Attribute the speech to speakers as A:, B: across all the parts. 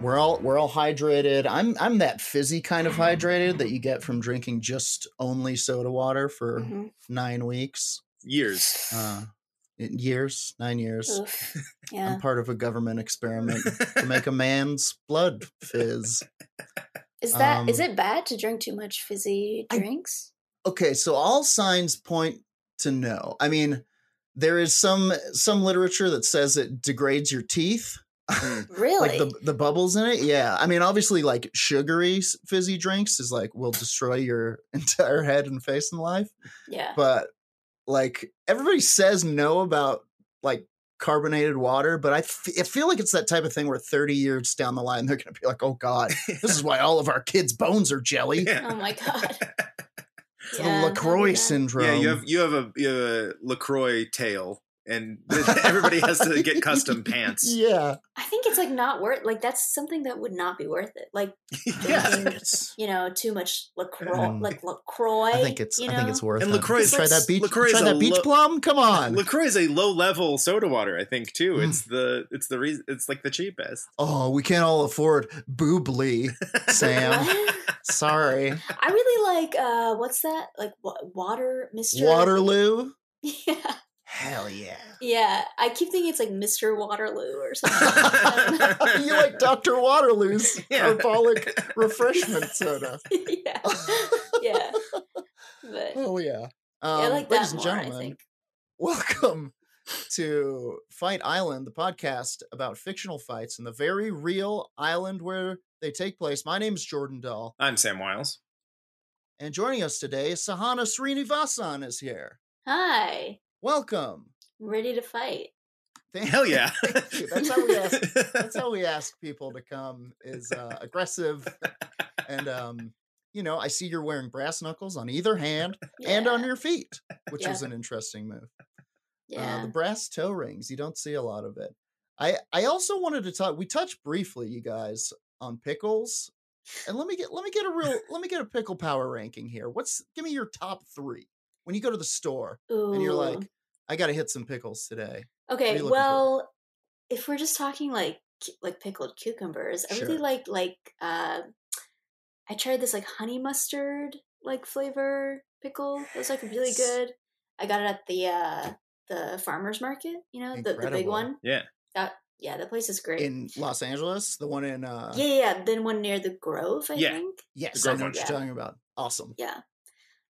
A: We're all we're all hydrated. I'm I'm that fizzy kind of hydrated that you get from drinking just only soda water for
B: Mhm.
A: nine weeks,
C: years.
A: uh, in years, nine years.
B: Oof. Oh, Yeah.
A: I'm part of a government experiment to make a man's blood fizz.
B: Is that is
A: um,
B: it bad to drink too much fizzy
A: I-
B: drinks?
A: okay so all signs point to no i mean there is some some literature that says it degrades your teeth
B: really?
A: like the, the bubbles in it yeah i mean obviously like sugary s- fizzy drinks is like will destroy your entire head and face and life
B: yeah.
A: but like everybody says no about like carbonated water but I f- I feel like it's that type of thing where 30 years down the line they're going to be like oh god this is why all of our kids bones are jelly
B: oh my god.
A: It's
B: Yeah,
A: the
B: I've heard
A: lacroix
B: that.
A: syndrome
C: Yeah, you have you have a you have a Lacroix tail, and everybody has to get custom pants.
A: yeah
B: I think it's like not worth like that's something that would not be worth it. Like
C: yeah.
B: drinking, you know, too much LaCroix
A: Mm.
B: like LaCroix.
A: I think it's
B: you
A: I think
B: know?
A: it's worth
C: And
A: it.
C: LaCroix
B: is
A: try
B: like-
A: that beach
C: LaCroix
A: try
C: is
A: that
C: a
A: beach
C: lo-
A: plum. Come on.
C: Lacroix is a low level soda water, I think too.
A: Mm.
C: It's the it's the reason it's like the cheapest.
A: oh, we can't all afford boobly, Sam. Sorry,
B: I really like uh what's that? Like wa- water Mr.
A: Waterloo.
B: Yeah.
A: Hell yeah.
B: Yeah. I keep thinking it's like Mr. Waterloo or something. I
A: you like Doctor Waterloo's
C: Yeah.
A: carbolic refreshment soda.
B: don't know. yeah. Yeah. But
A: Hell yeah. Um,
B: I like
A: ladies
B: that
A: and
B: more,
A: gentlemen,
B: I think.
A: welcome to Fight Island, the podcast about fictional fights in the very real island where they take place. My name is Jordan Dahl.
C: I'm Sam Wiles.
A: And joining us today, Sahana Srinivasan is here.
B: Hi.
A: Welcome.
B: I'm ready to fight.
A: Thank-
C: Hell yeah.
A: thank you. That's how we ask. That's how we ask people to come. Is uh, aggressive, and um, you know, I see you're wearing brass knuckles on either hand and on
B: Yeah,
A: your feet, which
B: Yeah.
A: is an interesting move.
B: yeah.
A: Uh, the brass toe rings. You don't see a lot of it. I I also wanted to talk. We touched briefly, you guys, on pickles. And let me get let me get a real let me get a pickle power ranking here. What's give me your top three when you go to the store? and you're
B: Ooh.
A: like, I gotta hit some pickles today. you
B: okay,
A: looking for?
B: well, if we're just talking like cu- like pickled cucumbers, I really
A: Sure.
B: like like uh, I tried this like honey mustard like flavor pickle. It was like really
C: Yes.
B: good. I got it at the uh the farmers market. You know the, the big
A: Incredible.
B: one.
C: Yeah.
B: That yeah, that place is great.
A: In Los Angeles, the one in uh
B: yeah, yeah, yeah. Then one near the Grove. I
C: Yeah.
B: think.
A: yes,
C: The
A: I
C: Grove
A: know
C: one.
A: what you're
B: Yeah.
A: talking about. Awesome.
B: Yeah,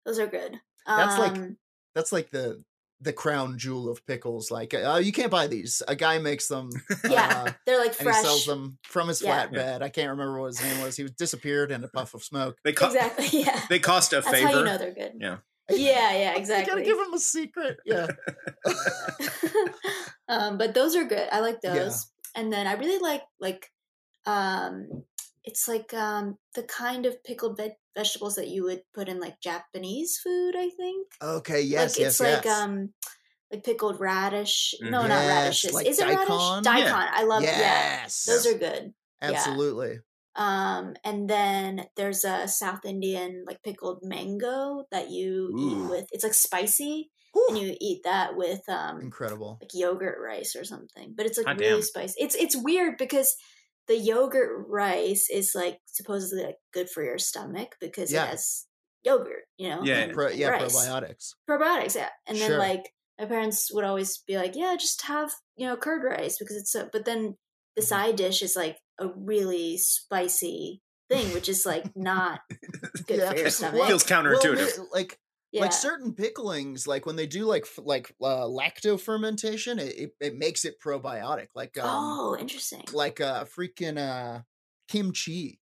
B: those are good.
A: That's like-
B: Um,
A: That's like the the crown jewel of pickles. Like, oh, you can't buy these. A guy makes them.
B: Yeah,
A: uh,
B: they're like
A: and he
B: fresh.
A: sells them from his
B: Yeah.
A: flatbed. I can't remember what his name was. He was disappeared in a puff of smoke.
C: They co-
B: Exactly. Yeah.
C: they cost a
B: That's
C: favor.
B: how you know they're good.
C: Yeah.
B: Yeah, yeah,
A: You gotta
B: exactly.
A: give him a secret. Yeah.
B: um, but those are good. I like
A: Yeah.
B: those. And then I really like like um it's like um the kind of pickled ve- vegetables that you would put in like Japanese food, I think.
A: Okay. Uh, Yes.
B: like
A: yes.
B: it's
A: yes.
B: like um like pickled radish. No,
C: Mhm.
B: not
A: Yes,
B: radishes.
A: like
B: Is it radish?
A: daikon?
B: Daikon.
C: Yeah.
B: I love yeah.
A: yes.
B: Those are good. yeah.
A: absolutely.
B: Um, and then there's a South Indian like pickled mango that you
C: Ooh.
B: eat with. It's like spicy,
A: Whew,
B: and you eat that with um
A: Incredible.
B: like yogurt rice or something. But it's like
C: Hot
B: really
C: damn.
B: spicy. It's it's weird because the yogurt rice is like supposedly like good for your stomach because
A: Yeah.
B: it has yogurt, you know.
C: Yeah.
B: and-
A: Pro,
B: and
A: yeah.
B: rice.
A: Probiotics.
B: Probiotics, yeah. And then
A: Sure.
B: like my parents would always be like, "Yeah, just have you know curd rice because it's so." But then the
A: Mhm.
B: side dish is like a really spicy thing, which is like not good
A: Yeah.
B: for your
A: Well,
B: stomach.
C: Feels counterintuitive.
A: Well, li- like
B: yeah.
A: like certain picklings, like when they do like f- like uh, lacto fermentation, it, it it makes it probiotic. Like um,
B: oh, interesting.
A: like uh, freaking uh, kimchi.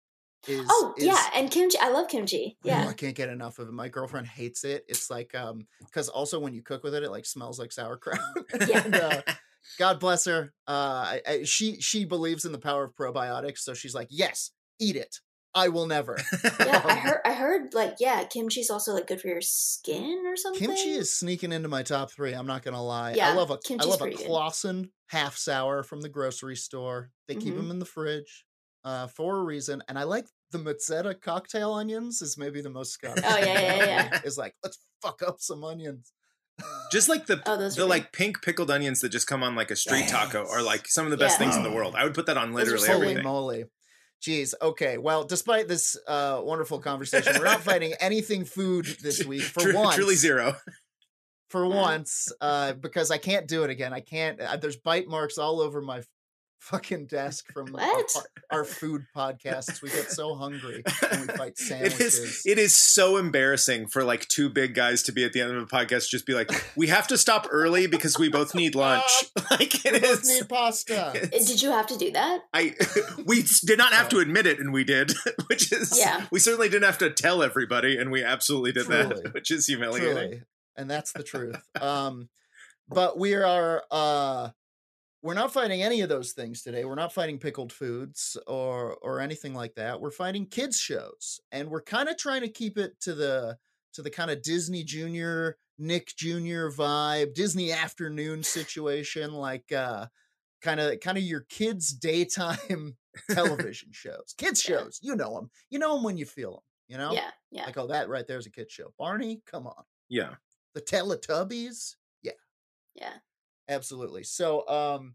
A: Is,
B: oh,
A: is, Oh
B: yeah, and kimchi. I love kimchi.
A: Ooh,
B: Yeah.
A: I can't get enough of it. My girlfriend hates it. It's like um because also when you cook with it, it like smells like sauerkraut.
B: Yeah.
A: And, uh, God bless her. Uh, I, I, she she believes in the power of probiotics, so she's like, yes, eat it. I will never.
B: yeah,
A: Oh
B: I heard. I heard like yeah, kimchi's also like good for your skin or something.
A: Kimchi is sneaking into my top three. I'm not gonna lie.
B: Yeah,
A: I love a I
B: kimchi's
A: love a
B: pretty good.
A: Clausen half sour from the grocery store. They keep
B: Mhm.
A: them in the fridge uh, for a reason, and I like the mazzetta cocktail onions. Is maybe the most Scottish.
B: Oh, yeah,
A: thing
B: yeah,
A: ever.
B: yeah.
A: It's like let's fuck up some onions.
C: Just like the
B: Oh, those are
C: the
B: good.
C: like pink pickled onions that just come on like a street taco are
A: Yes.
C: like some of the best
B: Yeah.
C: things in the
A: Oh.
C: world. I would put that on
B: Those are
C: literally
B: so
A: Holy
C: everything.
A: moly. Jeez. Okay. Well, despite this uh, wonderful conversation, we're not fighting anything food this week for
C: Tru-
A: once.
C: Truly zero.
A: for
B: Yeah.
A: once uh, because I can't do it again. I can't. Uh, there's bite marks all over my f- fucking desk from our,
B: What?
A: po- our food podcasts. We get so hungry when we fight
C: It
A: sandwiches.
C: is it is so embarrassing for like two big guys to be at the end of a podcast just be like, we have to stop early because we both need lunch. Like
A: we
C: it
A: both
C: is.
A: need pasta.
B: Uh, Did you have to do that?
C: I we s- did not have to admit it, and we did, which is
B: Yeah.
C: we certainly didn't have to tell everybody, and we absolutely did
A: Truly.
C: that, which is humiliating.
A: Truly, and that's the truth. Um, but we are. Uh, we're not fighting any of those things today. We're not fighting pickled foods or or anything like that. We're fighting kids shows, and we're kind of trying to keep it to the to the kind of Disney Junior, Nick Junior vibe, Disney afternoon situation, like uh, kind of kind of your kids' daytime television shows, kids
B: Yeah.
A: shows. You know them. You know them when you feel them. You know,
B: Yeah, yeah.
A: like oh, that right there's a kids show. Barney, come on,
C: Yeah.
A: the Teletubbies.
B: Yeah.
A: Absolutely. So, um,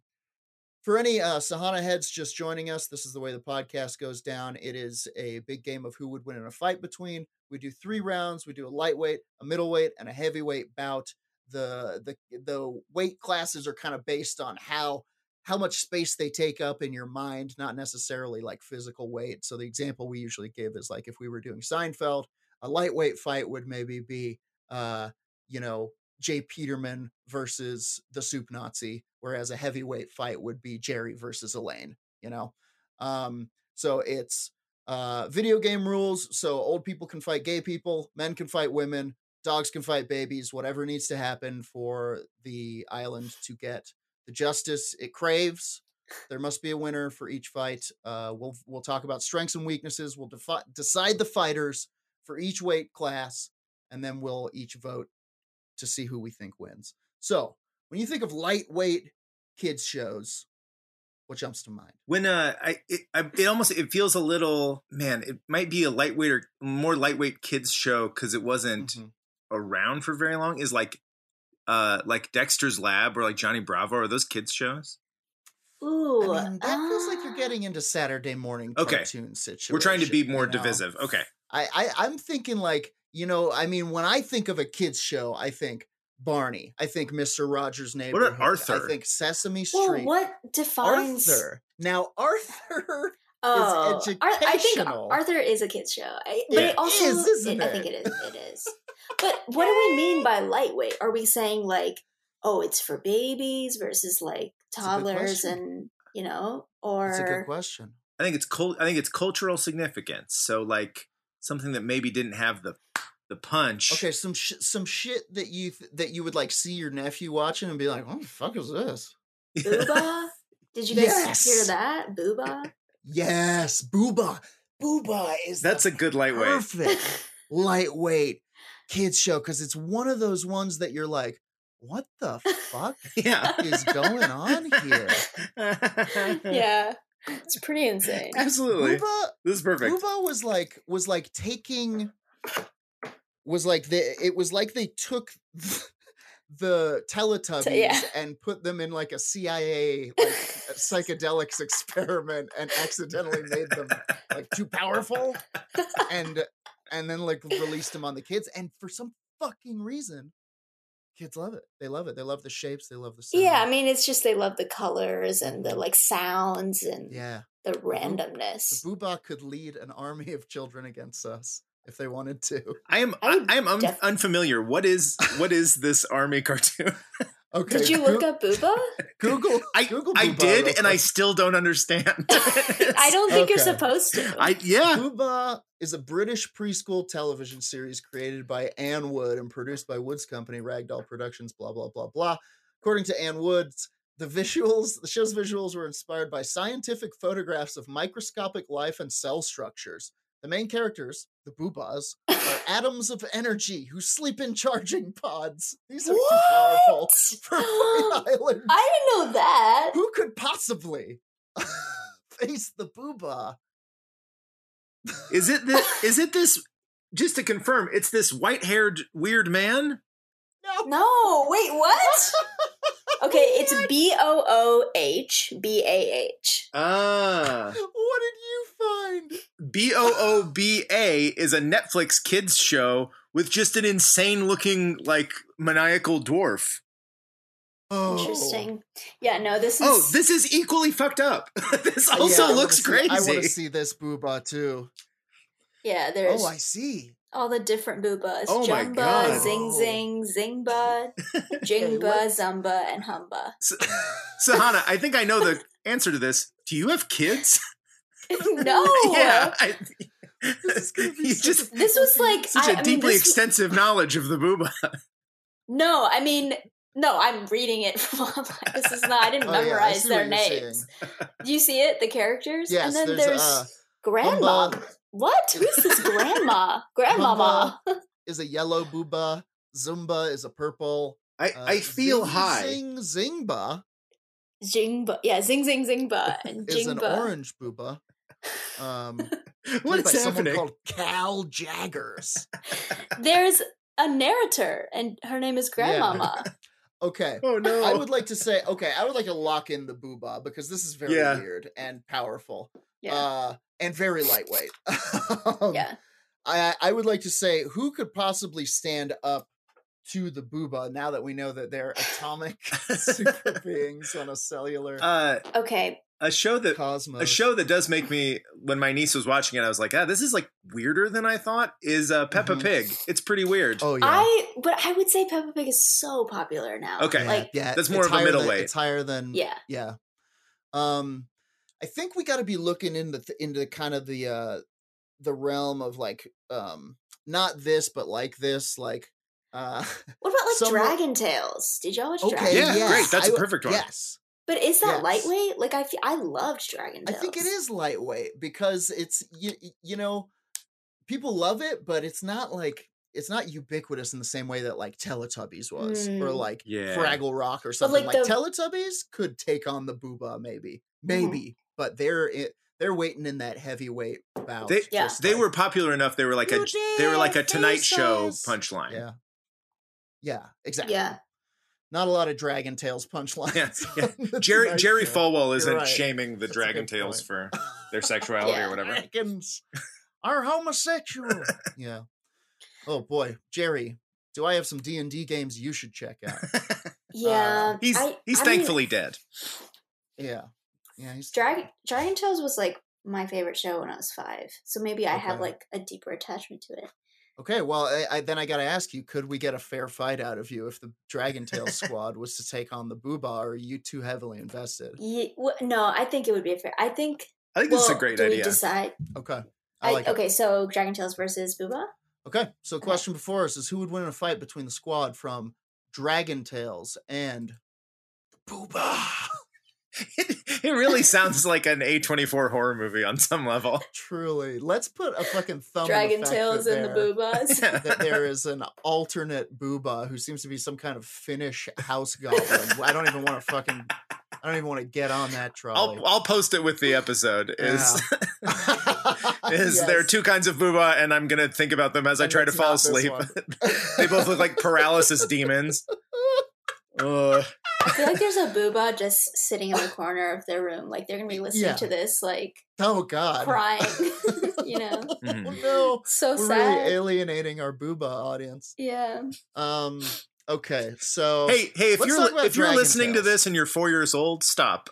A: for any uh, Sahana heads just joining us, this is the way the podcast goes down. It is a big game of who would win in a fight between. We do three rounds. We do a lightweight, a middleweight, and a heavyweight bout. The the the weight classes are kind of based on how how much space they take up in your mind, not necessarily like physical weight. So the example we usually give is like if we were doing Seinfeld, a lightweight fight would maybe be uh, you know, Jay Peterman versus the soup Nazi, whereas a heavyweight fight would be Jerry versus Elaine, you know? Um, so it's uh, video game rules. So old people can fight gay people, men can fight women, dogs can fight babies, whatever needs to happen for the island to get the justice it craves. There must be a winner for each fight. Uh, we'll we'll talk about strengths and weaknesses. We'll defi- decide the fighters for each weight class, and then we'll each vote to see who we think wins. So when you think of lightweight kids shows, what jumps to mind?
C: When uh, I it, I it almost it feels a little man. It might be a lightweight or more lightweight kids show because it wasn't
A: Mhm.
C: around for very long. Is like, uh, like Dexter's Lab or like Johnny Bravo or those kids shows.
A: I
B: Ooh,
A: mean, that feels like you're
B: ah.
A: getting into Saturday morning
C: Okay.
A: cartoon situation.
C: We're trying to be more
A: you know?
C: divisive. Okay,
A: I, I I'm thinking like you know I mean when I think of a kids show I think Barney I think Mister Rogers' Neighborhood
C: Arthur?
A: I think Sesame
B: Well,
A: Street
B: what defines
A: Arthur now Arthur
B: Oh, Ar- I think
A: educational.
B: Arthur is a kids show, I, but
A: Yeah.
B: it also
A: Is, isn't
B: it- I think it is. It is. but what do we mean by lightweight? Are we saying like, oh, it's for babies versus like
A: a good
B: toddlers
A: question.
B: and you know,
A: that's a good
B: or
A: question
C: I think it's cult. I think it's cultural significance. So like something that maybe didn't have the the punch.
A: okay some sh- some shit that you th- that you would like see your nephew watching and be like what the fuck is this
B: booba? Did you guys
A: Yes.
B: hear that booba?
A: yes Booba Booba is the
C: That's a good lightweight.
A: perfect lightweight kids show because it's one of those ones that you're like, what the fuck
C: Yeah.
A: is going on here?
B: yeah, it's pretty insane.
C: Absolutely.
A: Booba,
C: This is perfect.
A: Booba was like was like taking was like the it was like they took the Teletubbies and put them in like a CIA like psychedelics experiment and accidentally made them like too powerful and uh, and then like released them on the kids and for some fucking reason kids love it they love it they love the shapes they love the sound.
B: Yeah, I mean, it's just they love the colors and the like sounds and
A: yeah
B: the
A: boob-
B: randomness.
A: the Booba could lead an army of children against us if they wanted to.
C: I am
B: I
C: I,
B: would
C: I am un-
B: def-
C: unfamiliar. What is what is this army cartoon?
A: Okay.
B: Did you
A: Goo-
B: look up booba?
A: Google?
C: I
A: Google
C: I
A: Booba
C: did,
A: real
C: and I
A: quick.
C: still don't understand.
B: I don't think you're
A: Okay.
B: supposed to.
C: I yeah.
A: Booba is a British preschool television series created by Ann Wood and produced by Wood's company, Ragdoll Productions, blah, blah, blah, blah. According to Ann Woods, the visuals, the show's visuals were inspired by scientific photographs of microscopic life and cell structures. The main characters, the Boobas, are atoms of energy who sleep in charging pods. These are too powerful for Fire Island.
B: I didn't know that.
A: Who could possibly face the Booba?
C: Is it this? Is it this? Just to confirm, it's this white-haired weird man.
A: No.
B: No, wait, what? Okay, it's B O O H B A H.
C: Ah,
A: what did you find?
C: B O O B A is a Netflix kids show with just an insane-looking, like maniacal dwarf.
B: Interesting. Yeah, no, this is.
C: Oh, this is equally fucked up. this
A: Oh.
C: also
A: Yeah, I wanna
C: looks
A: see- I want
C: crazy.
A: to see this booba too.
B: yeah, there's
A: Oh, I see.
B: all the different boobas.
C: Oh my
B: Jumba,
C: God.
B: Zing Zing, Zingba, Jingba,
A: what-
B: Zumba, and Humba.
C: So Hannah, I think I know the answer to this. Do you have kids?
B: no!
C: yeah. I,
A: This is gonna be
C: you
A: such
C: just
A: a
B: This was
A: fucking-
B: like. I-
C: such a
B: I mean,
C: deeply
B: this-
C: extensive knowledge of the booba.
B: No, I mean, no, I'm reading it from online. This is not, I didn't
A: Oh, yeah, I
B: memorize
A: see
B: their
A: what you're
B: names. Do you see it? The characters?
A: Yes,
B: and then
A: there's,
B: there's,
A: uh,
B: Grandma.
A: Humba.
B: What? Who's this grandma? Grandmama.
A: is a yellow booba. Zumba is a purple.
C: I,
A: uh,
C: I feel
A: Zing
C: high.
A: Zing Zingba
B: Zingba. Yeah, zing zing zingba. And
A: is an
B: jingba.
A: orange booba. Um,
C: What
A: played by
C: is
A: someone
C: happening?
A: called Cal Jaggers.
B: There's a narrator, and her name is Grandmama.
A: Okay.
C: oh no!
A: I would like to say, okay, I would like to lock in the booba because this is very
C: Yeah.
A: weird and powerful.
B: Yeah.
A: Uh, and very lightweight.
B: Yeah.
A: Um, I I would like to say who could possibly stand up to the booba now that we know that they're atomic super beings on a cellular
C: uh,
B: Okay.
C: a show that
A: cosmos.
C: a show that does make me when my niece was watching it, I was like, ah, this is like weirder than I thought. Is uh, Peppa
A: Mhm.
C: Pig? It's pretty weird.
A: Oh yeah.
B: I, but I would say Peppa Pig is so popular now.
C: Okay.
A: yeah,
B: Like,
A: yeah,
C: that's more
A: it's
C: of a
A: higher
C: middle
A: than-
C: weight.
A: It's higher than
B: yeah.
A: yeah. Um I think we got to be looking into th- into kind of the uh the realm of like um not this but like this like uh
B: What about like
A: Some-
B: Dragon Tales? Did y'all watch
A: okay
B: Dragon
C: Yeah,
B: Tales?
C: great, that's
A: a
C: a perfect one.
A: Yes.
B: But is that
A: Yes.
B: lightweight? Like I, feel, I loved Dragon
A: I
B: Tales.
A: think it is lightweight because it's you, you know people love it, but it's not like it's not ubiquitous in the same way that like Teletubbies was or
B: Mm.
A: like
C: Yeah.
A: Fraggle Rock or something.
B: like,
A: Like,
B: the- Mm-hmm.
A: Teletubbies could take on the Booba maybe, maybe, but they're it, they're waiting in that heavyweight bout.
C: They-
B: Yeah.
A: just
C: They
A: like-
C: were popular enough. They were like a
A: You did
C: they were like a
A: it,
C: Tonight Show
A: faces.
C: punchline.
A: yeah, yeah, exactly.
B: Yeah.
A: Not a lot of Dragon Tales punchlines.
C: yeah.
A: on the
C: Jerry
A: Tonight
C: Jerry
A: Show.
C: Falwell isn't
A: right.
C: shaming the
A: That's a
C: Dragon
A: good
C: Tales
A: point.
C: for their sexuality
B: Yeah.
C: or whatever.
A: Americans are homosexual. yeah. Oh boy, Jerry, do I have some D and D games you should check out?
B: Yeah.
C: He's
B: I-
C: he's
B: I mean,
C: thankfully dead.
A: Yeah, yeah. He's
B: Dragon Dragon Tales was like my favorite show when I was five, so maybe I have
A: Okay.
B: like a deeper attachment to it.
A: okay. Well, I, I, then I got to ask you: Could we get a fair fight out of you if the Dragon Tail squad was to take on the Booba? Or are you too heavily invested?
B: Ye- wh- no, I think it would be a fair. I think.
C: I think
B: well,
C: this is a great
B: do We
C: idea.
B: decide.
A: Okay, I
B: I
A: like it. Um,
B: okay, so Dragon Tales versus Booba.
A: Okay, so the question before us is: Who would win in a fight between the squad from Dragon Tales and Booba?
C: it, it really sounds like an A24 horror movie on some level.
A: Truly, let's put a fucking thumb. in the
B: Dragon
A: fact that
B: Tales and the
A: they're-
B: Boobas.
A: that there is an alternate booba who seems to be some kind of Finnish house goblin. I don't even want to fucking. I don't even want to get on that trolley.
C: I'll I'll post it with the episode. Is is there are
A: Yes.
C: two kinds of booba, and I'm gonna think about them as I
A: And
C: try to
A: it's
C: fall
A: not this
C: asleep.
A: one.
C: they both look like paralysis demons. Ugh.
B: I feel like there's a Booba just sitting in the corner of their room, like they're gonna be listening
A: Yeah.
B: to this, like
A: Oh God!
B: crying. you know,
A: Oh,
C: Mhm.
A: no,
B: so
A: we're
B: sad.
A: really alienating our booba audience.
B: yeah.
A: Um. Okay, so
C: Hey, hey!
A: Let's
C: If
A: talk
C: you're
A: about
C: if you're
A: Dragon
C: listening to
A: Tales.
C: this and you're four years old, stop.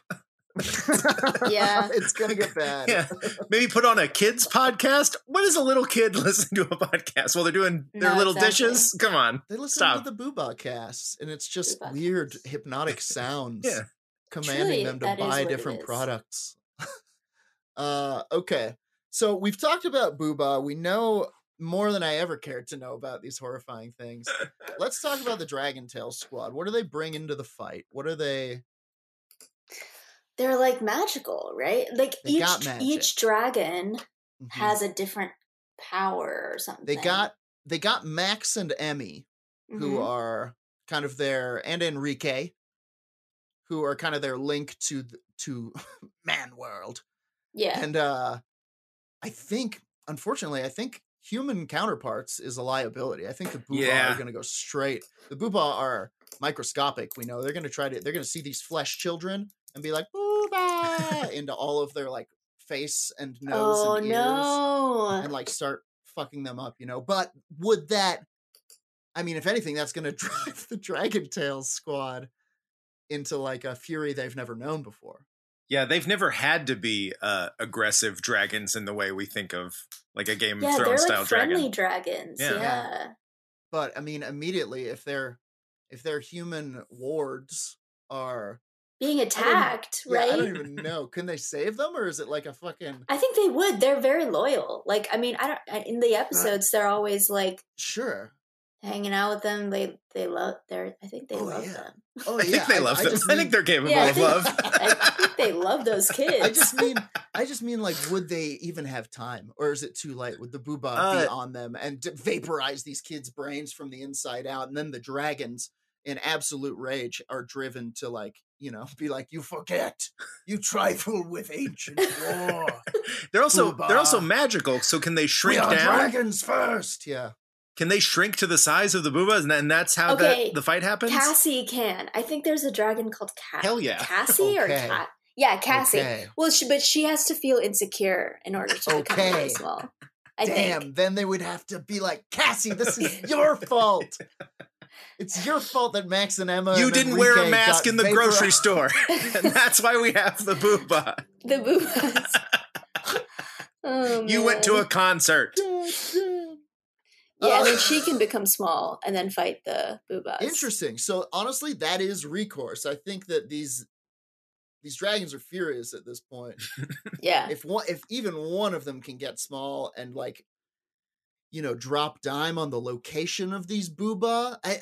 B: Yeah.
A: it's gonna get bad.
C: Yeah, maybe put on a kids podcast. What is a little kid listening to a podcast while they're doing their
B: No,
C: little
B: exactly.
C: dishes? Come on,
A: They listen
C: Stop.
A: to the Booba casts, and it's just
B: Booba
A: weird
B: casts.
A: hypnotic sounds
C: Yeah.
A: commanding
B: Truly,
A: them to
B: that is
A: buy
B: what it
A: different
B: is.
A: products. uh, okay, so we've talked about Booba. We know more than I ever cared to know about these horrifying things. Let's talk about the Dragon Tail Squad. What do they bring into the fight? What are they?
B: They're like magical, right? Like
A: They
B: each
A: got magic.
B: each dragon
A: Mhm.
B: has a different power or something.
A: they got they got Max and Emmy, who
B: Mhm.
A: are kind of their and Enrique, who are kind of their link to th- to man world.
B: yeah.
A: And uh I think unfortunately, I think human counterparts is a liability. I think the Booba are
C: Yeah.
A: gonna go straight. The Booba are microscopic, we know. They're gonna try to they're gonna see these flesh children and be like Booba into all of their like face and nose
B: oh
A: and ears
B: no.
A: and like start fucking them up, you know. But would that I mean, if anything, that's gonna drive the Dragon Tales squad into like a fury they've never known before.
C: yeah. They've never had to be uh, aggressive dragons in the way we think of like a Game
B: Yeah,
C: of
B: they're
C: Thrones style
B: like friendly
C: dragon.
B: dragons.
C: Yeah.
B: Yeah.
A: But I mean, immediately if their if their human wards are
B: Being attacked,
A: yeah,
B: right?
A: I don't even know. Can they save them or is it like a fucking
B: I think they would. They're very loyal. Like, I mean, I don't. I- In the episodes, they're always like
A: sure.
B: hanging out with them. They they love. They're. I think they
A: Oh,
B: love
A: yeah.
B: them.
A: Oh
C: I think
A: yeah,
C: they love them.
A: just
C: I think
A: mean-
C: they're capable
B: Yeah, I
C: of
B: think-
C: love.
B: I think they love those kids.
A: I just mean I just mean like would they even have time or is it too late would the booba be
C: Uh,
A: on them and d- vaporize these kids brains from the inside out and then the dragons in absolute rage are driven to like you know be like you forget you trifle with ancient war
C: they're also they're also
A: Booba.
C: magical. So can they
A: we
C: shrink
A: are
C: down?
A: dragons first yeah
C: Can they shrink to the size of the boobas, and, and that's how
B: Okay,
C: that the fight happens?
B: Cassie can. I think there's a dragon called Cat.
C: Hell yeah.
B: Cassie or
A: Okay.
B: Cat. Yeah, Cassie.
A: Okay.
B: Well, she, but she has to feel insecure in order to become
A: Okay.
B: really small. I
A: damn
B: think.
A: then they would have to be like cassie this is your fault it's your fault that max and emma
C: you
A: and
C: didn't wear a
A: Enrique
C: mask
A: got
C: in the grocery
A: vaporized."
C: store, and that's why we have the booba.
B: The boobas. oh,
C: You went to a
B: man.
C: concert.
A: God damn.
B: yeah, and then she can become small and then fight the boobas.
A: Interesting. So honestly, that is recourse. I think that these these dragons are furious at this point.
B: Yeah,
A: if one, if even one of them can get small and like, you know, drop dime on the location of these booba, I I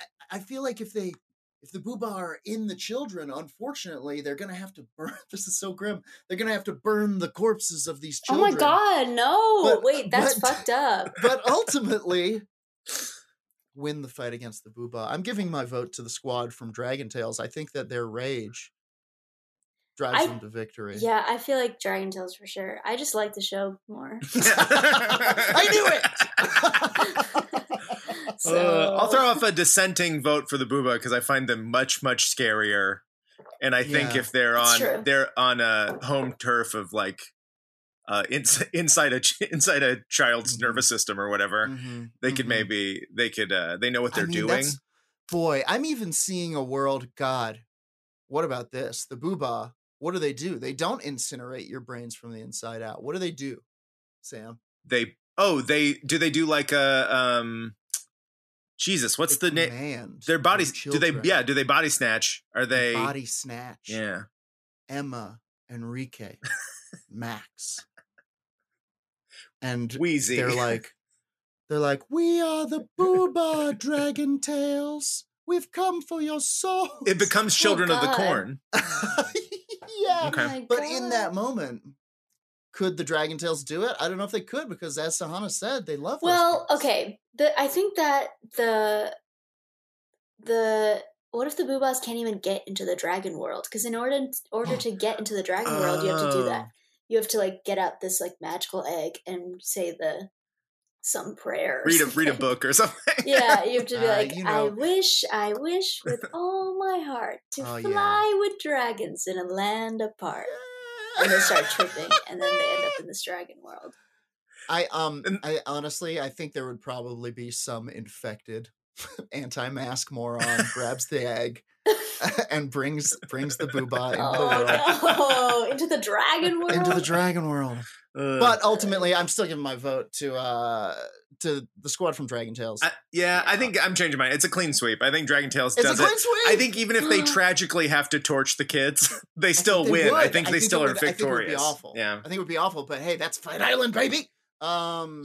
A: I- I feel like if they if the booba are in the children, unfortunately, they're gonna have to burn. This is so grim. They're gonna have to burn the corpses of these
B: Oh
A: children.
B: my god, no!
A: But-
B: Wait, that's
A: but-
B: fucked up.
A: But ultimately. Win the fight against the Booba. I'm giving my vote to the squad from Dragon Tales. I think that their rage drives
B: I-
A: them to victory.
B: Yeah, I feel like Dragon Tales for sure. I just like the show more.
A: Uh, I knew it.
B: so
A: Oh.
C: Uh, I'll throw off a dissenting vote for the booba because I find them much much scarier, and I think
A: Yeah.
C: if they're
B: That's
C: on
B: true.
C: they're on a home turf of like uh, ins- inside a ch- inside a child's
A: Mhm.
C: nervous system or whatever,
A: Mhm,
C: they could
A: mhm.
C: maybe they could uh, they know what
A: I
C: they're
A: mean,
C: doing.
A: that's- Boy, I'm even seeing a world. God, what about this? The Booba. What do they do? They don't incinerate your brains from the inside out. What do they do, Sam?
C: They oh they do they do like a um Jesus what's
A: They
C: the name
A: command
C: their bodies do they
A: children.
C: yeah do they body snatch are they
A: body snatch?
C: yeah
A: Emma, Enrique, Max, and
C: Wheezy
A: they're like they're like we are the booba dragon tails we've come for your soul
C: it becomes children of the
B: Oh, God.
C: corn
A: yeah
C: Okay.
B: my
A: but in that
B: God.
A: moment could the dragon tails do it i don't know if they could because as sahana said they love those
B: well,
A: kids.
B: okay. The I think that the the what if the boobas can't even get into the dragon world? Because in order order to get into the dragon world, you have to do that.
A: Oh.
B: You have to like get out this like magical egg and say the some prayer. or
C: read a read a
B: something.
C: book or something
B: yeah, you have to be
A: Uh,
B: like,
A: you
B: I
A: know-
B: wish, I wish with all my heart to
A: Oh, yeah.
B: fly with dragons in a land apart. And they start tripping, and then they end up in this dragon world.
A: i um
C: And-
A: i honestly i think there would probably be some infected anti-mask moron grabs the egg and brings brings the booba into the world.
B: Oh no! Into the dragon world.
A: Into the dragon world.
C: Ugh.
A: But ultimately, I'm still giving my vote to uh to the squad from Dragon Tales.
C: I- yeah, I think I'm changing mine. It's a clean sweep. I think Dragon Tales
A: it's a
C: does
A: clean
C: it.
A: sweep.
C: I think even if they tragically have to torch the kids, they
A: I think
C: still
A: they
C: win. I
A: would.
C: think they
A: it
C: still are
A: would- I think it would be
C: victorious.
A: awful.
C: Yeah.
A: I think it would be awful. But hey, that's Fight Island, baby. Um,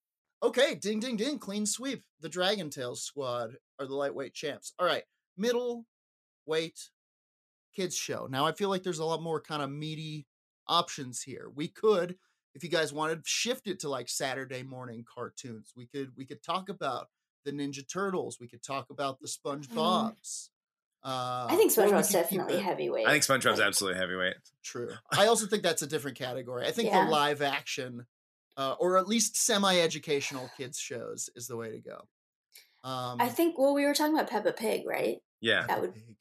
A: okay, ding ding ding, clean sweep. The Dragon Tales squad are the lightweight champs. All right, middle weight kids show. Now I feel like there's a lot more kind of meaty options here. We could, if you guys wanted, shift it to like Saturday morning cartoons. We could we could talk about the Ninja Turtles. We could talk about the SpongeBob's. Uh,
B: Mm. I think
A: or we
B: SpongeBob's
A: could keep
B: definitely
A: it-
B: heavyweight.
C: I think SpongeBob's absolutely heavyweight.
A: True. I also think that's a different category. I think
B: Yeah.
A: the live action, uh, or at least semi-educational kids shows, is the way to go. Um,
B: I think. Well, we were talking about Peppa Pig, right?
C: Yeah.
B: that would-
A: Pig.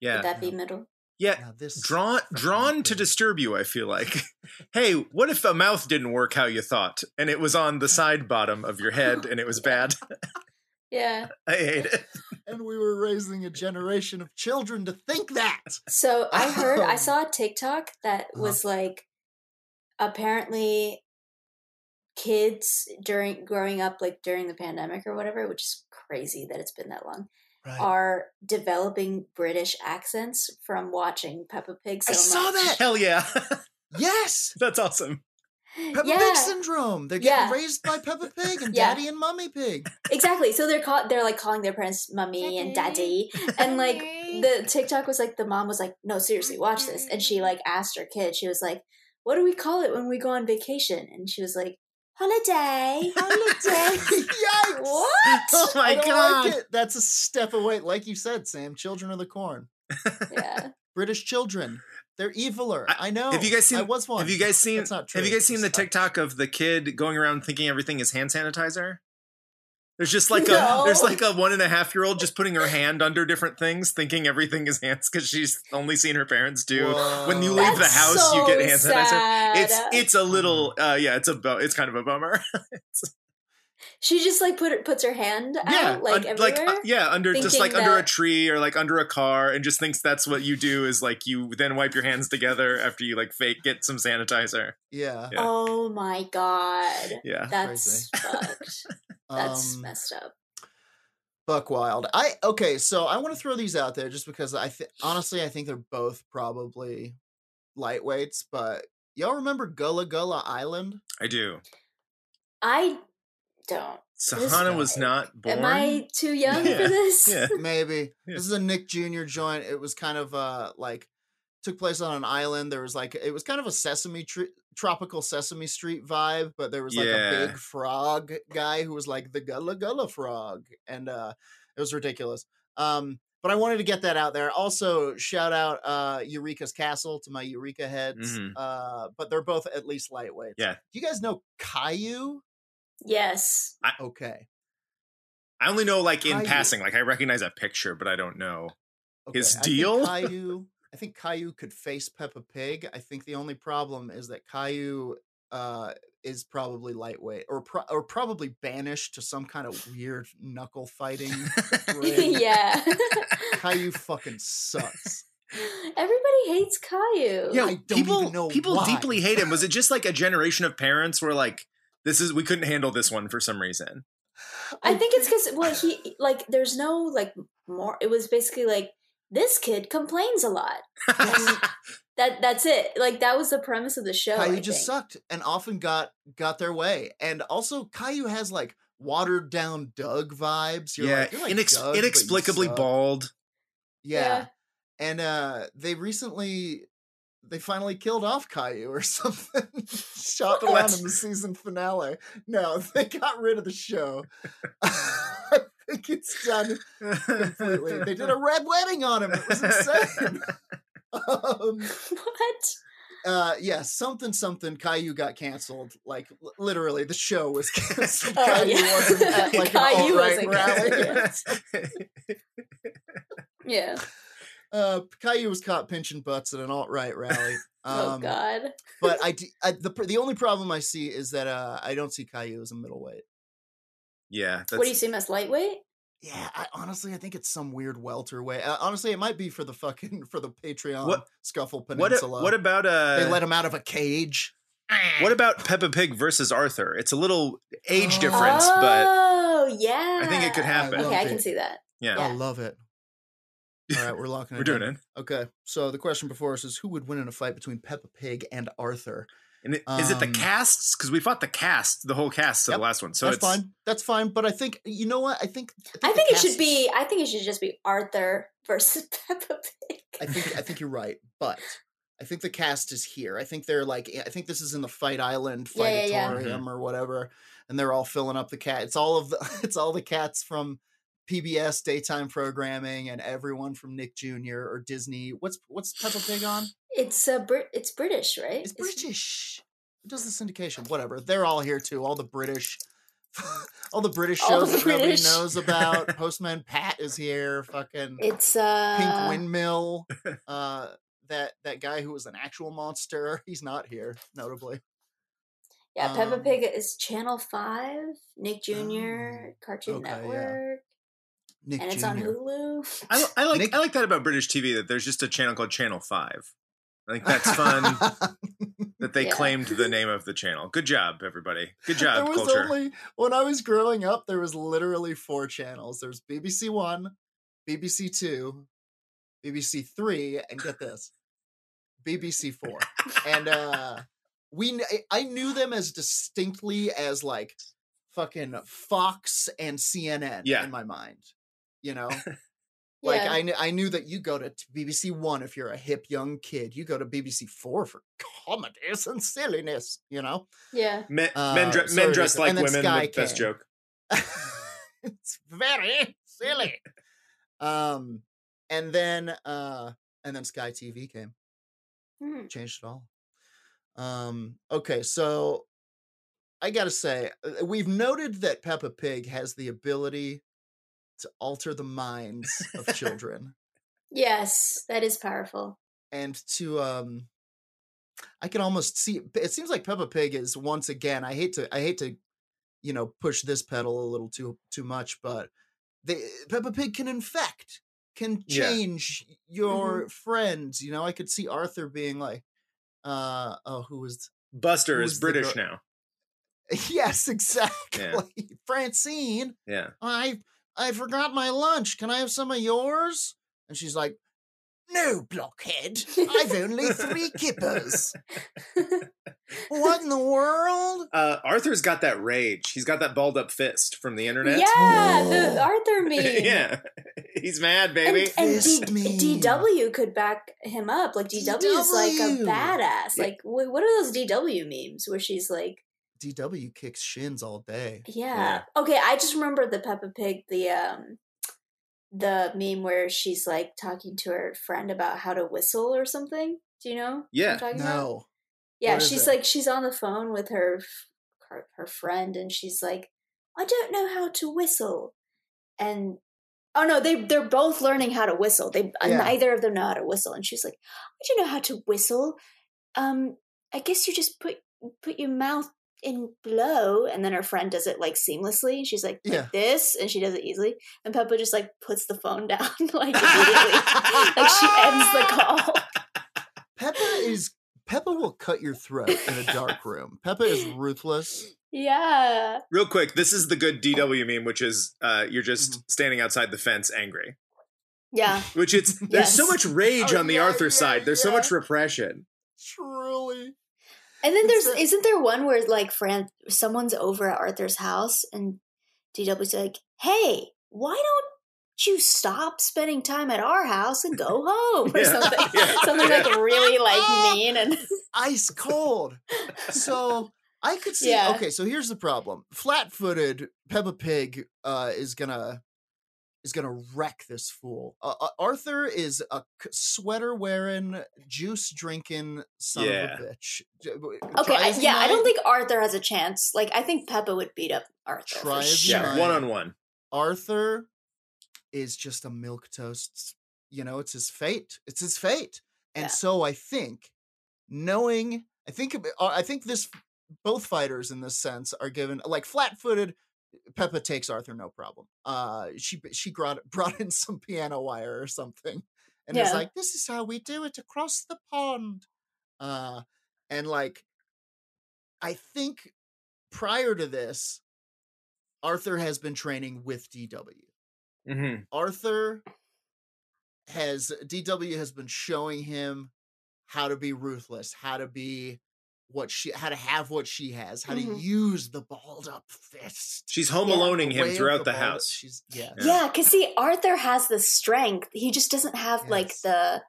C: Yeah.
B: Would that be middle?
C: Yeah.
A: Now this
C: Drawn drawn to disturb you, I feel like. hey, what if a mouth didn't work how you thought? And it was on the side bottom of your head and it was bad.
B: Yeah.
C: I hate it.
A: and we were raising a generation of children to think that.
B: So I heard, I
A: Um,
B: saw a TikTok that
A: uh-huh.
B: was like, apparently, kids during growing up, like during the pandemic or whatever, which is crazy that it's been that long,
A: Right.
B: are developing British accents from watching Peppa Pig. So
A: I saw
B: much.
A: that.
C: Hell yeah.
A: yes,
C: That's awesome.
A: Peppa
B: yeah,
A: Pig syndrome. They're getting
B: Yeah.
A: raised by Peppa Pig and
B: Yeah.
A: Daddy and Mummy Pig.
B: exactly. So they're called, they're like calling their parents mummy and daddy, and like the TikTok was like, the mom was like, no, seriously, watch this, and she like
C: Mm-hmm.
B: asked her kid, she was like, what do we call it when we go on vacation? And she was like, holiday, holiday.
A: Yikes!
B: what?
C: Oh my
A: I don't
C: god.
A: Like it. That's a step away, like you said, Sam. Children of the corn.
B: Yeah.
A: British children. They're eviler.
C: I-
A: I, know.
C: Have you guys seen?
A: I was one.
C: Have you guys seen?
A: That's not
C: Have you
A: true.
C: guys seen the
A: Stop.
C: TikTok of the kid going around thinking everything is hand sanitizer? There's just like
B: No.
C: a there's like a one and a half year old just putting her hand under different things, thinking everything is hands because she's only seen her parents do. When you
A: Whoa.
C: leave the
B: That's
C: house, you get hand
B: so
C: sanitizer. It's
B: sad.
C: it's a little
B: Mm.
C: uh, yeah, it's a bu- it's kind of a bummer.
B: She just like put her, puts her hand
A: Yeah,
B: out like
C: Un-
B: everywhere.
C: uh, yeah, under just
B: Thinking
C: like under a
B: that-
C: tree or like under a car, and just thinks that's what you do is like you then wipe your hands together after you like fake get some sanitizer.
A: Yeah.
C: Yeah.
B: Oh my god.
C: Yeah.
B: That's
A: Crazy.
B: fucked. That's
A: um,
B: messed up.
A: Buck Wild. I okay, so I want to throw these out there just because I th- honestly I think they're both probably lightweights, but y'all remember Gullah Gullah Island?
C: I do.
B: I don't. This
C: Sahana was
B: guy.
C: not born.
B: Am I too young
C: Yeah,
B: for this?
C: yeah.
A: Maybe.
C: Yeah.
A: This is a Nick Jr. joint. It was kind of uh like took place on an island. There was like it was kind of a Sesame Tree tropical Sesame Street vibe, but there was like
C: Yeah.
A: a big frog guy who was like the Gullah Gullah frog, and uh it was ridiculous. Um, but I wanted to get that out there. Also, shout out uh Eureka's Castle to my Eureka heads.
C: Mhm.
A: Uh, but they're both at least lightweight.
C: Yeah.
A: Do you guys know Caillou?
B: Yes.
A: Okay.
C: I only know like in
A: Caillou.
C: passing. Like I recognize a picture, but I don't know.
A: Okay,
C: His
A: I think
C: deal?
A: Caillou, I think Caillou could face Peppa Pig. I think the only problem is that Caillou uh, is probably lightweight, or pro- or probably banished to some kind of weird knuckle fighting. ring.
B: yeah.
A: Caillou fucking sucks.
B: Everybody hates Caillou.
A: Yeah. I don't
C: people
A: even know
C: people
A: why.
C: deeply hate him. Was it just like a generation of parents were like, this is we couldn't handle this one for some reason?
B: I think it's because well he like there's no like more it was basically like this kid complains a lot. That that's it. Like that was the premise of the show.
A: Caillou
B: I
A: just
B: think.
A: sucked and often got got their way, and also Caillou has like watered down Doug vibes. You're
C: yeah,
A: like, "You're like
C: inex-
A: Doug, but you
C: inexplicably
A: suck."
C: bald.
A: Yeah.
B: Yeah.
A: And uh they recently they finally killed off Caillou or something. Shot down
C: What?
A: in the season finale. No, they got rid of the show. I think it's done completely. They did a red wedding on him. It was insane. um,
B: what?
A: uh, yeah, something something. Caillou got canceled. Like l- literally, the show was canceled.
B: Oh,
A: Caillou
B: yeah.
A: wasn't at like an
B: Caillou
A: alt-right
B: wasn't
A: rally.
B: canceled. Yeah.
A: Uh, Caillou was caught pinching butts at an alt right rally.
B: oh
A: Um,
B: God.
A: but I, d- I- the pr- the only problem I see is that uh, I don't see Caillou as a middleweight.
C: yeah,
B: What do you
C: that's-
B: see him as lightweight?
A: Yeah, I, honestly, I think it's some weird welterweight. Uh, honestly, it might be for the fucking for the Patreon
C: What-
A: scuffle
C: what, a-
A: peninsula.
C: what about uh
A: they let him out of a cage.
C: What about Peppa Pig versus Arthur? It's a little age difference, but
B: oh yeah.
C: I think it could happen.
B: Okay, I can
A: Love it.
B: see that.
C: yeah,
A: I love it. All right, we're locking.
C: we're doing
A: in.
C: it.
A: Okay, so the question before us is who would win in a fight between Peppa Pig and Arthur?
C: And it, is it the
A: Um,
C: casts? Because we fought the cast, the whole cast of
A: Yep,
C: the last one. So
A: That's
C: it's
A: fine. That's fine. But I think you know what? I think
B: I
A: the
B: think it
A: cast-
B: should be. I think it should just be Arthur versus Peppa
A: I
B: Pig.
A: think I think you're right, but I think the cast is here. I think they're like I think this is in the Fight Island
B: Yeah, yeah,
A: Fightatorium
B: yeah.
A: or whatever, and they're all filling up the cat. It's all of the it's all the cats from PBS daytime programming and everyone from Nick Jr. or Disney. What's what's Peppa Pig on?
B: It's a Brit. It's British, right?
A: It's British. It does the syndication. Whatever. They're all here too. All the British, all the British
B: All
A: shows
B: the
A: that nobody
B: British.
A: knows about. Postman Pat is here. Fucking
B: It's uh.
A: Pink Windmill. Uh, that that guy who was an actual monster. He's not here. Notably,
B: Yeah, Peppa
A: Um,
B: Pig is Channel Five, Nick Jr.,
A: Oh,
B: Cartoon
A: okay, yeah.
B: Network,
A: Nick
B: and it's
A: Jr.
B: on Hulu.
C: I, I like
A: Nick-
C: I like that about British TV that there's just a channel called Channel Five. I think that's fun that they
B: Yeah.
C: claimed the name of the channel. Good job, everybody. Good
A: there
C: job,
A: was
C: culture.
A: only when I was growing up. There was literally four channels. There was BBC One, BBC Two, BBC Three, and get this, BBC Four. and uh, we kn- I- I knew them as distinctly as like fucking Fox and CNN
C: Yeah.
A: in my mind. You know, like
B: yeah.
A: I knew I knew that you go to t- BBC One if you're a hip young kid. You go to BBC Four for comedies and silliness. You know,
B: yeah.
C: men,
A: Uh,
C: men, dre-
A: sorry,
C: men dress
A: Jason.
C: like
A: And then
C: women. The
A: Sky
C: best
A: came.
C: joke.
A: it's very silly. um, and then uh, and then Sky TV came,
B: Hmm.
A: changed it all. Um, okay, so I gotta say uh, we've noted that Peppa Pig has the ability to alter the minds of children.
B: Yes, that is powerful.
A: and to um i can almost see it seems like peppa pig is once again i hate to i hate to you know push this pedal a little too too much but they peppa pig can infect can
C: Yeah.
A: change your friends you know i could see arthur being like uh oh who was
C: Buster
A: Who's
C: is
A: the
C: British
A: girl-
C: now.
A: yes exactly francine
C: Yeah,
A: I I forgot my lunch. Can I have some of yours? And she's like, No, blockhead. I've only three kippers. what in the world?
C: uh, Arthur's got that rage. He's got that balled up fist from the internet.
B: Yeah,
A: Oh.
B: the Arthur meme.
C: yeah, he's mad,
B: And,
C: baby.
B: and
A: Fist
B: D-
A: meme.
B: DW could back him up. Like DW is like a
A: DW.
B: badass.
C: Yeah.
B: Like wh- what are those DW memes where she's like,
A: DW kicks shins all day.
B: yeah. Okay, I just remember the Peppa Pig the um the meme where she's like talking to her friend about how to whistle or something. Do you know? what I'm
C: Yeah.
B: talking about?
A: No.
B: Yeah,
A: What is
B: she's
A: it?
B: like she's on the phone with her f- her, her friend, and she's like, "I don't know how to whistle," and oh no, they they're both learning how to whistle. They uh
A: Yeah.
B: neither of them know how to whistle, and she's like, "I don't know how to whistle. Um, I guess you just put put your mouth." And blow, and then her friend does it like seamlessly. and She's like, like
A: Yeah.
B: this, and she does it easily. And Peppa just like puts the phone down like immediately, like she ends the
A: Ah!
B: call.
A: Peppa is Peppa will cut your throat in a dark room. Peppa is ruthless.
B: Yeah,
C: Real quick, this is the good DW meme, which is uh, you're just
A: Mm-hmm.
C: standing outside the fence, angry.
B: yeah.
C: Which it's there's so
B: Yes.
C: much rage
A: Oh,
C: on the
A: yeah,
C: Arthur
A: yeah,
C: side. There's so
A: yeah.
C: much repression.
A: Truly.
B: And then
A: It's
B: there's
A: a-
B: isn't there one where like Fran someone's over at Arthur's house and DW's like, "Hey, why don't you stop spending time at our house and go home or
C: Yeah,
B: something?"
C: yeah,
B: something like
C: yeah.
B: really like mean and
A: ice cold. So I could see.
B: Yeah.
A: Okay, so here's the problem: flat-footed Peppa Pig uh, is gonna is gonna wreck this fool. Uh, uh, Arthur is a sweater wearing, juice drinking son
C: Yeah.
A: of a bitch. J- w-
B: Okay,
A: try
B: I,
A: as he
B: yeah, I
A: might,
B: don't think Arthur has a chance. Like, I think Peppa would beat up Arthur. for
A: Try as you
B: sure.
C: Yeah,
A: might.
C: one on one.
A: Arthur is just a milk toast. You know, it's his fate. It's his fate. And
B: Yeah.
A: so I think knowing, I think ab- uh, I think this both fighters in this sense are given like flat-footed Peppa takes Arthur no problem. Uh she b- she brought brought in some piano wire or something and is
B: Yeah.
A: like this is how we do it across the pond. Uh and like I think prior to this Arthur has been training with DW.
C: hmm
A: Arthur has DW has been showing him how to be ruthless, how to be what she how to have what she has, how to
C: Mm-hmm.
B: Mhm.
A: use the balled up fist.
C: She's home
B: Yeah.
C: aloneing
A: way
C: him
A: of
C: throughout the,
A: balled up-
C: house.
A: She's yeah.
B: Yeah, because see, Arthur has the strength. He just doesn't have like
A: Yes.
B: the.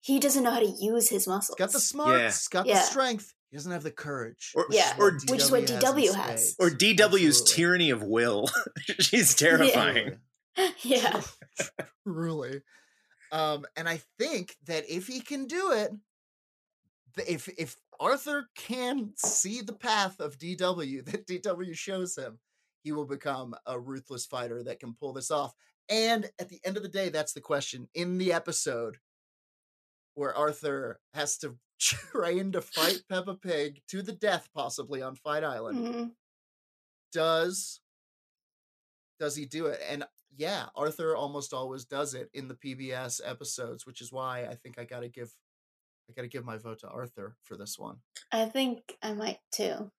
B: He doesn't know how to use his muscles.
A: Got the smarts, got the
B: Yeah.
A: strength. He doesn't have the courage.
C: Or-
B: Yeah, which is what
A: in
B: DW has.
A: spades.
C: Or DW's
A: Absolutely.
C: tyranny of will. She's terrifying.
A: Absolutely.
B: yeah,
A: Really, Um, and I think that if he can do it, th- if if Arthur can see the path of DW that DW shows him, he will become a ruthless fighter that can pull this off. And at the end of the day, that's the question in the episode where Arthur has to train to fight Peppa Pig to the death, possibly on Fight Island
B: Mhm.
A: does does he do it and yeah arthur almost always does it in the pbs episodes which is why i think i gotta give i gotta give my vote to arthur for this one
B: I think I might too.
C: All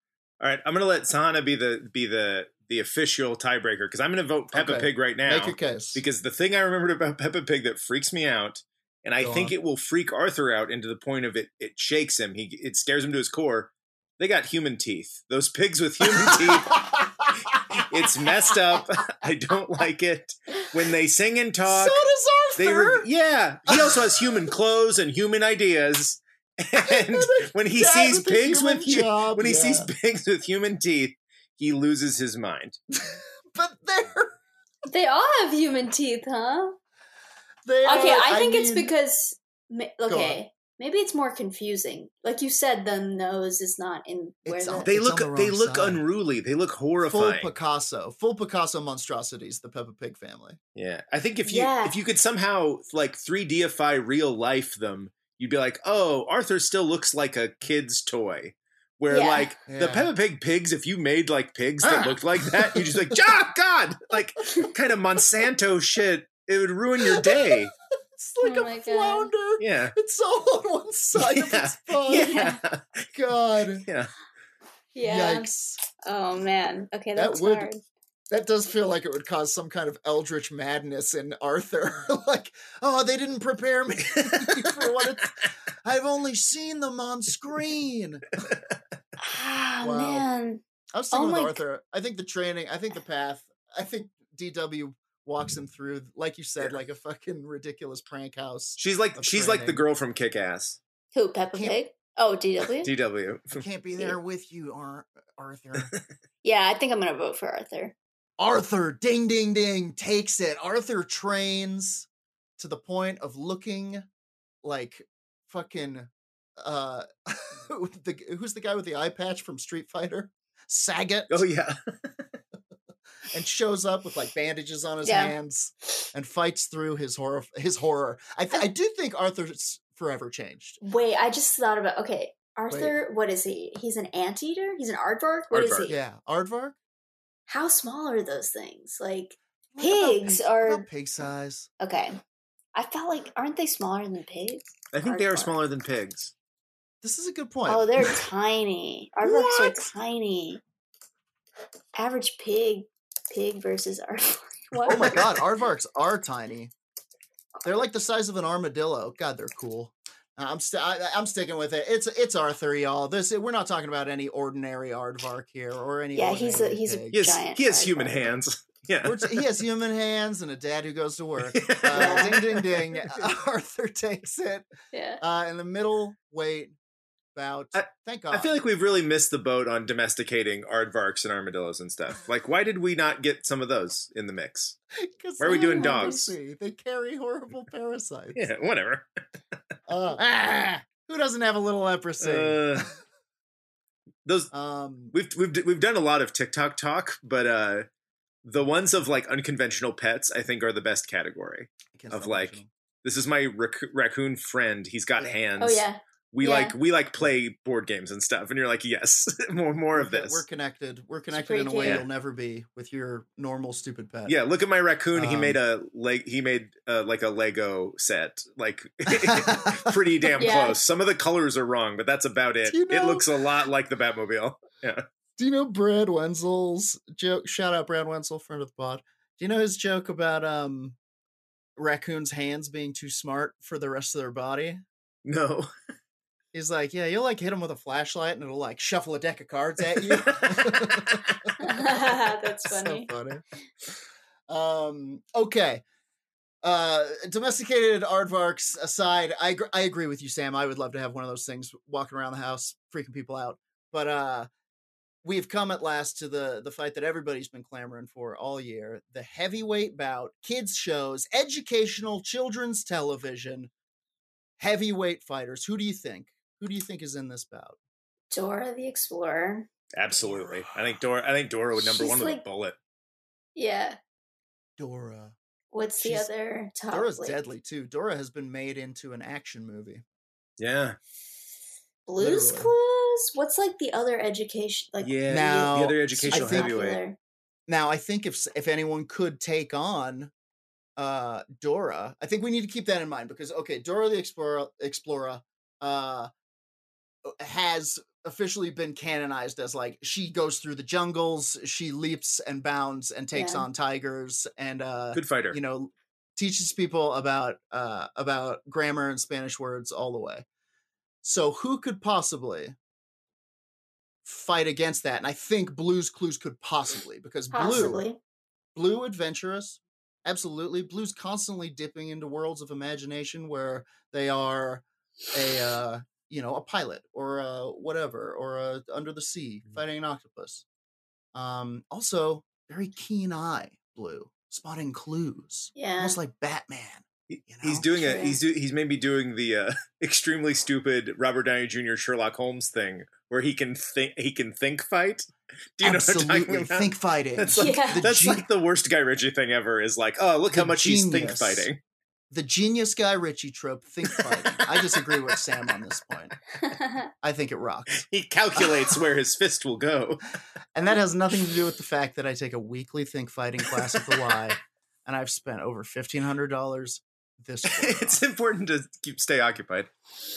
C: right, I'm gonna let Sana be the be the the official tiebreaker because I'm gonna vote Peppa
A: Okay.
C: Pig right now
A: make your case
C: because the thing I remembered about Peppa Pig that freaks me out, and I
A: Go
C: think
A: on.
C: it will freak Arthur out into the point of it it shakes him. He it scares him to his core. They got human teeth. Those pigs with human teeth. It's messed up. I don't like it when they sing and talk.
A: so does
C: they
A: arthur
C: re- yeah. He also has human clothes and human ideas. And when he
A: Dad
C: sees
A: with the
C: pigs with
A: human
C: hu-
A: job,
C: when he
A: yeah.
C: sees pigs with human teeth, he loses his mind.
A: but they're
B: They all have human teeth, huh?
A: they are,
B: okay, I think it's
A: mean,
B: because ma-
A: on.
B: okay, maybe it's more confusing. Like you said, the nose is not in where
A: It's
B: the,
A: on-
C: They
A: It's
C: look
A: the
C: they
A: wrong
C: look
A: side.
C: unruly. They look
A: full
C: horrifying.
A: picasso full picasso monstrosities the peppa pig family
C: yeah. I think if you
B: Yeah.
C: if you could somehow like 3Dify real life them, you'd be like, "Oh, Arthur still looks like a kid's toy." Where
B: Yeah.
C: like the
A: Yeah.
C: Peppa Pig pigs, if you made like pigs that
A: Ah.
C: looked like that, you just like, "Ah, God!" Like kind of Monsanto shit. It would ruin your day.
A: it's like
B: Oh my
A: a
B: God.
A: flounder
C: Yeah.
A: it's all on one side of
C: Yeah.
A: its body
C: Yeah.
A: god
C: Yeah.
B: yeah.
A: yikes
B: Oh man. Okay,
A: That
B: that's
A: would-
B: hard.
A: That does feel like it would cause some kind of eldritch madness in Arthur. like, oh, they didn't prepare me for what it's. I've only seen them on screen.
B: Ah
A: Wow.
B: man.
A: I was
B: Oh
A: thinking
B: my
A: with
B: g-
A: Arthur. I think the training. I think the path. I think DW walks him through, like you said,
C: Yeah.
A: like a fucking ridiculous prank house.
C: She's like
A: Of
C: she's like the
A: training.
C: girl from Kick Ass.
B: Who Peppa
A: Can't-
B: Pig? Oh, DW.
C: DW.
A: I can't be there with you, Ar- Arthur.
B: yeah, I think I'm gonna vote for Arthur.
A: Arthur, ding, ding, ding, takes it. Arthur trains to the point of looking like fucking uh, the, g- who's the guy with the eye patch from Street Fighter? Sagat,
C: Oh yeah.
A: and shows up with like bandages on his
B: Yeah.
A: hands and fights through his horror. His horror. I th- I do think Arthur's forever changed.
B: Wait, I just thought about okay. Arthur, what is he? He's an anteater? He's an aardvark? What is
C: Aardvark.
B: he?
A: Yeah, Aardvark.
B: How small are those things? Like
A: What about
B: Pigs
A: pig-
B: are-
A: about pig size.
B: okay. I felt like aren't they smaller than pigs?
C: I think they are
B: Aardvark.
C: smaller than pigs.
A: This is a good point.
B: Oh, they're tiny. Aardvarks
C: What?
B: are tiny. Average pig, pig versus aardvark. What?
A: Oh my god, aardvarks are tiny. They're like the size of an armadillo. God, they're cool. Uh, I'm st- I, I'm sticking with it. It's it's Arthur, y'all. This we're not talking about any ordinary aardvark here or any.
B: Yeah, he's a-
A: ordinary
B: he's a-
A: pig.
C: He has,
B: Giant
C: he has human
B: aardvark.
C: hands. Yeah.
A: We're t- he has human hands and a dad who goes to work. Uh,
B: Yeah.
A: ding ding ding! Arthur takes it
B: Yeah.
A: uh, in the middle weight about.
C: I-
A: thank God.
C: I feel like we've really missed the boat on domesticating aardvarks and armadillos and stuff. Like, why did we not get some of those in the mix?
A: 'Cause
C: why are we
A: they're
C: doing dogs?
A: crazy. They carry horrible parasites.
C: Yeah, whatever.
A: Uh, ah, who doesn't have a little leprosy?
C: Uh, those
A: um,
C: we've we've we've done a lot of TikTok talk, but uh, the ones of like unconventional pets, I think, are the best category.
A: I can't
C: of,
A: stop
C: like,
A: watching
C: This is my rac- raccoon friend. He's got
A: Yeah.
C: hands.
B: Oh yeah,
C: We
B: Yeah.
C: like we like play board games and stuff, and you're like, yes, more more of
A: them. We're
C: this.
A: connected. We're connected
B: pretty
A: in a way
C: cute.
A: you'll never be with your normal stupid pet.
C: Yeah, look at my raccoon. he
A: Um,
C: made a leg. He made uh, like a Lego set. Like pretty damn
B: Yeah.
C: close. Some of the colors are wrong, but that's about it.
A: Do you
C: It
A: know-
C: looks a lot like the Batmobile.
A: Do you know Brad Wenzel's joke? Shout out Brad Wenzel, friend of the pod. Do you know his joke about um raccoons' hands being too smart for the rest of their body?
C: No.
A: He's like, yeah, you'll like hit them with a flashlight and it'll like shuffle a deck of cards at Uh, you.
B: that's funny.
A: So funny. Um, okay. Uh, domesticated aardvarks aside, I gr- I agree with you, Sam. I would love to have one of those things walking around the house, freaking people out. But uh, we've come at last to the the fight that everybody's been clamoring for all year: the heavyweight bout, kids shows, educational children's television, heavyweight fighters. Who do you think? Who do you think is in this bout?
B: Dora the Explorer.
C: Absolutely. I think Dora. I think Dora would number
B: She's
C: one with a
B: like-
C: bullet.
B: Yeah.
A: Dora.
B: What's the
A: She's-
B: other top?
A: Dora's
B: like,
A: deadly too. Dora has been made into an action movie.
C: Yeah.
B: Blues
A: Literally.
B: Clues. What's like the other education? Like
C: yeah.
A: Now-
C: the other
B: super
C: educational
A: I think-
C: heavyweight.
B: popular?
A: Now, I think if s- if anyone could take on uh Dora, I think we need to keep that in mind because okay, Dora the Explorer Explorer uh has officially been canonized as like she goes through the jungles, she leaps and bounds and takes
B: Yeah.
A: on tigers and uh
C: Good fighter.
A: you know teaches people about uh about grammar and spanish words all the way so who could possibly fight against that and i think blues clues could possibly because blue
B: Possibly.
A: blue adventurous absolutely blue's constantly dipping into worlds of imagination where they are a uh you know a pilot or a whatever or a under the sea fighting an octopus um also very keen eye blue spotting clues
B: Yeah.
A: almost like Batman.
C: He-
A: you
C: He's
A: know?
C: doing a
B: Sure.
C: he's do, he's maybe doing the uh, extremely stupid Robert Downey Jr. Sherlock Holmes thing where he can think he can think fight. Do you know what I'm talking about?
A: think fighting.
C: that's like,
B: Yeah.
A: the,
C: that's
A: gen-
C: like the worst Guy Ritchie thing ever. Is like, oh look
A: The
C: how much he's think
A: genius.
C: fighting.
A: the genius guy Ritchie trope. Think fighting. I disagree with Sam on this point. I think it rocks,
C: He calculates where his fist will go.
A: and that has nothing to do with the fact that I take a weekly think fighting class at the Y, and I've spent over fifteen hundred dollars this. quarter
C: it's
A: on
C: important to keep stay occupied.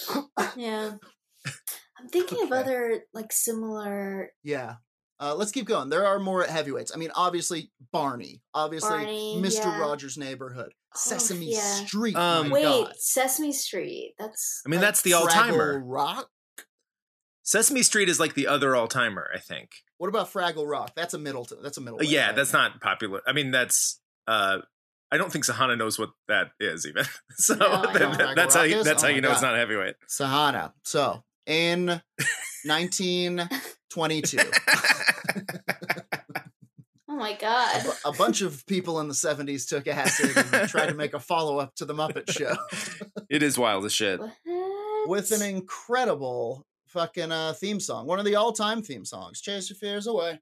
B: yeah. I'm thinking of
A: Okay.
B: other like similar.
A: it. yeah. Uh, let's keep going. There are more heavyweights. I mean, obviously Barney, obviously
B: Barney,
A: Mr.
B: yeah.
A: Rogers' Neighborhood,
B: Oh,
A: Sesame
B: yeah.
A: Street.
C: Um,
A: my
B: Wait,
A: God.
B: Sesame Street. That's.
C: I mean,
A: Like
C: that's the all timer.
A: Fraggle Rock.
C: Sesame Street is like the other all timer, I think.
A: What about Fraggle Rock? That's a Middleton. That's a middle.
C: Uh, yeah, that's not popular. I mean, that's. uh I don't think Sahana knows what that is even. So
B: No, I
C: that-
B: don't.
C: that- that's how you,
A: Rockers?
C: that's
A: Oh
C: how
A: my
C: you know it's
A: God.
C: not a heavyweight.
A: Sahana. So in 1922,
B: Oh my
A: a,
B: god.
A: bu- a bunch of people in the 70s took acid and tried to make a follow up to the Muppet Show
C: it is wild as shit.
A: with an
B: What?
A: incredible fucking uh, theme song, one of the all time theme songs. Chase your fears away,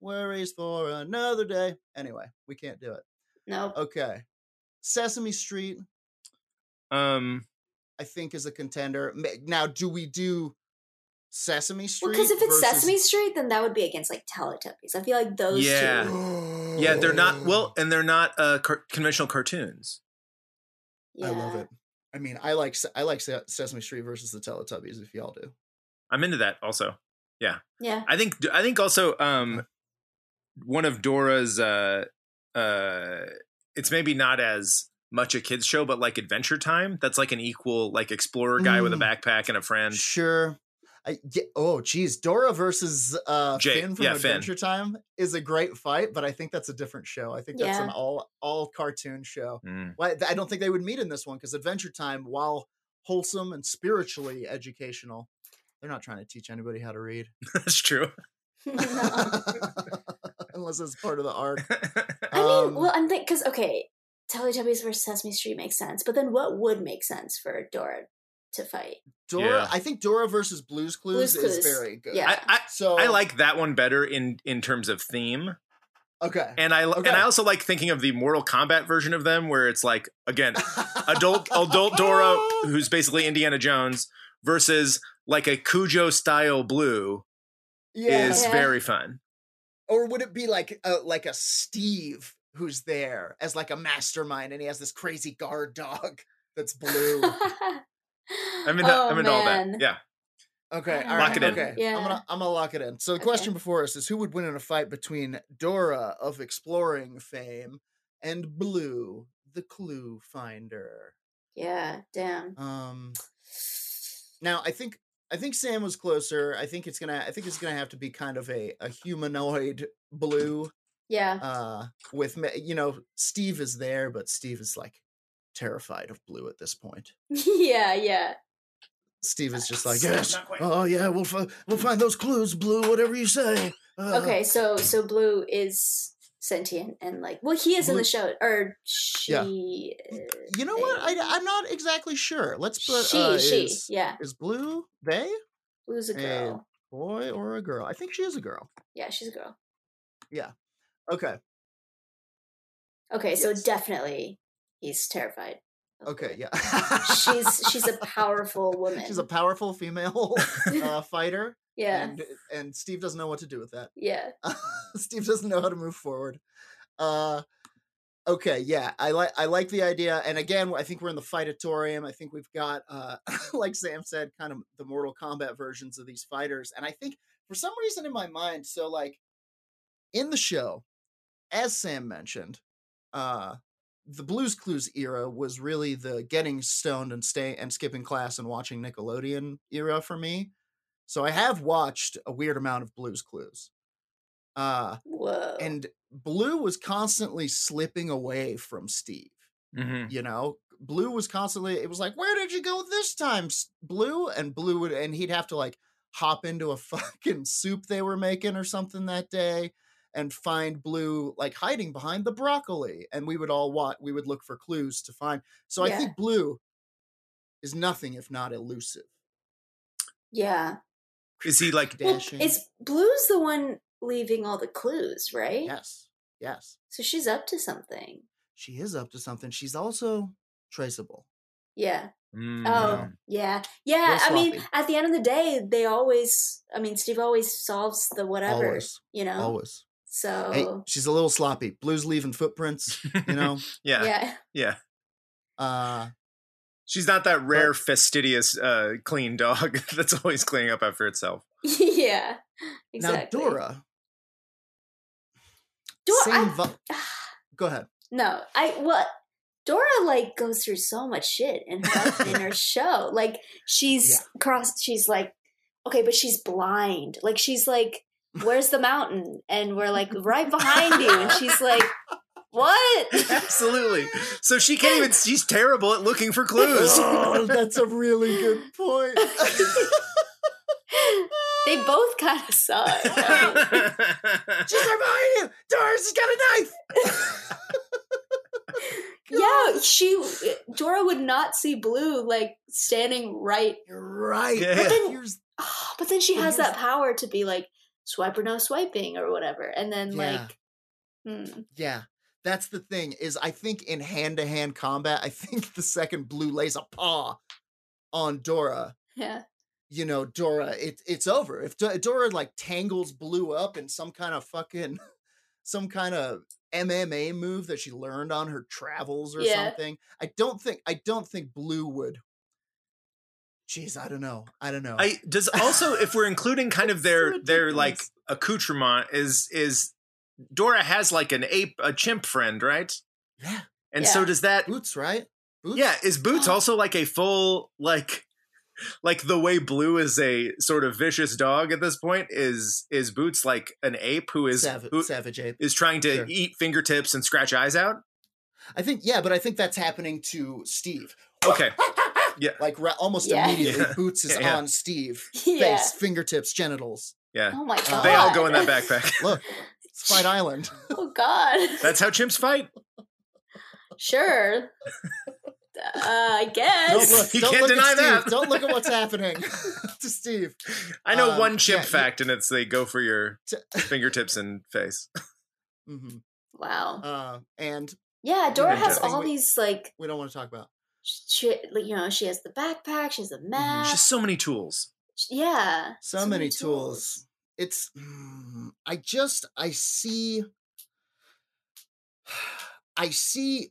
A: worries for another day. Anyway, we can't do it.
B: Nope.
A: Okay, Sesame Street.
C: Um,
A: I think is a contender. Ma- Now, do we do Sesame Street?
B: Well, because if it's
A: versus-
B: Sesame Street, then that would be against like Teletubbies. I feel like those
C: Yeah.
B: two.
C: yeah, they're
A: Oh.
C: not well,
B: Mm.
C: and they're not uh car- conventional cartoons.
B: Yeah.
A: I love it. I mean, I like Se- I like Se- Sesame Street versus the Teletubbies. If y'all do,
C: I'm into that also.
B: Yeah.
C: I think I think also um one of Dora's uh uh it's maybe not as much a kids show but like Adventure Time that's like an equal like explorer guy with a
A: Mm.
C: backpack and a friend.
A: sure. I, yeah, oh, geez, Dora versus uh,
C: Jake,
A: Finn from
C: yeah, Finn.
A: Adventure Time is a great fight, but I think that's a different show. I think that's an
B: Yeah.
A: all all cartoon show.
C: Mm.
A: Why I don't think they would meet in this one because Adventure Time, while wholesome and spiritually educational, They're not trying to teach anybody how to read.
C: That's true.
B: No.
A: Unless it's part of the arc.
B: I mean,
A: Um,
B: well, I'm thinking because okay, Teletubbies versus Sesame Street makes sense, but then what would make sense for Dora to fight?
A: Dora,
C: Yeah.
A: I think Dora versus Blue's Clues,
B: Blue's
A: is
B: Clues.
A: very good.
C: I,
B: Yeah.
C: I,
A: So
C: I like that one better in in terms of theme,
A: okay.
C: and I
A: Okay.
C: and I also like thinking of the Mortal Kombat version of them, where it's like again adult adult Dora
A: Oh.
C: who's basically Indiana Jones versus like a Cujo style Blue
A: yeah.
C: is
B: Yeah.
C: very fun.
A: or would it be like a, like a Steve who's there as like a mastermind and he has this crazy guard dog that's blue?
C: I'm into
B: Oh,
C: I'm into all that. Yeah,
A: Okay,
B: I
A: all
B: don't
A: right,
C: know. Lock it in.
A: okay.
B: Yeah.
A: I'm gonna I'm gonna lock it in. So the question before us is who would win in a fight between Dora of exploring fame and Blue, the clue finder?
B: yeah, damn.
A: Um now I think I think Sam was closer. I think it's gonna I think it's gonna have to be kind of a, a humanoid blue.
B: Yeah,
A: Uh with ma- you know, Steve is there, but Steve is like terrified of blue at this point.
B: yeah, yeah.
A: Steve is just like,
C: Stop,
A: yes,
C: not quite."
A: oh yeah, we'll fi- we'll find those clues, Blue. Whatever you say. Uh,
B: Okay, so so Blue is sentient and like, well, he is in the show, or she. uh,
A: You know what? I,
B: they-
A: I'm not exactly sure. Let's put
B: she
A: uh,
B: she
A: is,
B: yeah.
A: is Blue they
B: Blue's a
A: and-
B: girl.
A: boy or a girl? I think she is a girl.
B: yeah, she's a girl.
A: Okay,
B: Okay, so
A: Yes.
B: definitely he's terrified. of
A: okay,
B: Blue.
A: yeah.
B: she's she's a powerful woman.
A: she's a powerful female uh, fighter,
B: yeah.
A: and and Steve doesn't know what to do with that.
B: yeah.
A: Steve doesn't know how to move forward. Uh okay, yeah. I like I like the idea. And again, I think we're in the fightatorium. I think we've got uh like Sam said, kind of the Mortal Kombat versions of these fighters. And I think for some reason in my mind, so like in the show, as Sam mentioned, uh the Blues Clues era was really the getting stoned and stay and skipping class and watching Nickelodeon era for me. So I have watched a weird amount of Blues Clues. Uh
B: Whoa.
A: and Blue was constantly slipping away from Steve.
B: Mm.
C: hmm
A: You know, Blue was constantly. It was like, where did you go this time, S- Blue? And Blue would, and he'd have to like hop into a fucking soup they were making or something that day, and find Blue like hiding behind the broccoli. And we would all watch. We would look for clues to find. So I
B: Yeah.
A: think Blue is nothing if not elusive.
B: yeah.
C: is he like
B: Well,
A: Dashing.
B: it's Blue's the one leaving all the clues, right?
A: yes, yes,
B: So she's up to something.
A: she is up to something. She's also traceable.
B: Yeah.
C: Mm,
B: Oh, yeah. Yeah.
A: Mm-hmm. Real
B: I mean,
A: sloppy.
B: at the end of the day, they always, I mean, Steve always solves the whatever,
A: Always,
B: you know?
A: always.
B: So,
A: Hey, she's a little sloppy. Blues leaving footprints, you know.
C: yeah, yeah,
B: yeah.
A: Uh
C: She's not that rare fastidious uh, clean dog that's always cleaning up after itself.
B: yeah. Exactly.
A: now Dora.
B: Dora-
A: same
B: I-
A: vi- Go ahead.
B: No, I well, Dora like goes through so much shit in her in her show. Like she's cross. She's like, okay, but she's blind. Like she's like, where's the mountain? And we're like right behind you. And she's like, what?
C: Absolutely. So she can't even. She's terrible at looking for clues.
A: Oh, that's a really good point.
B: they both kind of suck.
C: Oh
B: I mean,
A: she's right behind you. Dora, she's got a knife.
B: yeah, she Dora would not see blue like standing right.
A: You're right.
C: Yeah.
A: But
B: then-
A: here's-
B: But then she
A: Well,
B: has
A: here's-
B: that power to be like swipe or no swiping or whatever. And then
A: Yeah.
B: like. Hmm.
A: yeah. That's the thing is I think in hand-to-hand combat, I think the second blue lays a paw on Dora,
B: Yeah.
A: you know, Dora, it, it's over. If Do- Dora like tangles Blue up in some kind of fucking, some kind of MMA move that she learned on her travels or
B: Yeah.
A: something, I don't think, I don't think Blue would. Jeez, I don't know. I don't know.
C: I does also if we're including kind of
A: It's
C: their their
A: ridiculous.
C: like accoutrement is is Dora has like an ape a chimp friend right
A: yeah,
C: and so
B: Yeah.
C: does that
A: Boots, right? Boots?
C: yeah is Boots
A: Oh.
C: also like a full like like the way Blue is a sort of vicious dog at this point is is Boots like an ape who is
A: Sav-
C: who
A: Savage Ape.
C: is trying to
A: Sure.
C: eat fingertips and scratch eyes out
A: I think, yeah, but I think that's happening to Steve.
C: okay Yeah.
A: like ra- almost
B: Yeah.
A: immediately
C: Yeah.
A: boots is
C: Yeah, yeah.
A: on steve
B: yeah.
A: face fingertips genitals
C: Yeah.
B: Oh my god.
C: They all go in that backpack.
A: look it's fight island
B: Oh god.
C: That's how chimps fight.
B: sure. uh, I guess.
A: don't look
C: You
A: don't
C: can't
A: look
C: deny
A: at steve
C: that.
A: don't look at what's happening to steve
C: I know
A: Um,
C: one chimp
A: yeah, you-
C: fact, and it's they go for your
A: T-
C: fingertips and face.
A: hmm
B: Wow.
A: uh, and
B: yeah, Dora has
C: interesting.
B: all
A: We-
B: these like
A: we don't want to talk about
B: she like you know, she has the backpack, she has
C: Mm-hmm.
B: the map.
C: Just so many tools.
B: Sh- yeah.
A: so, many tools. It's mm, I just I see I see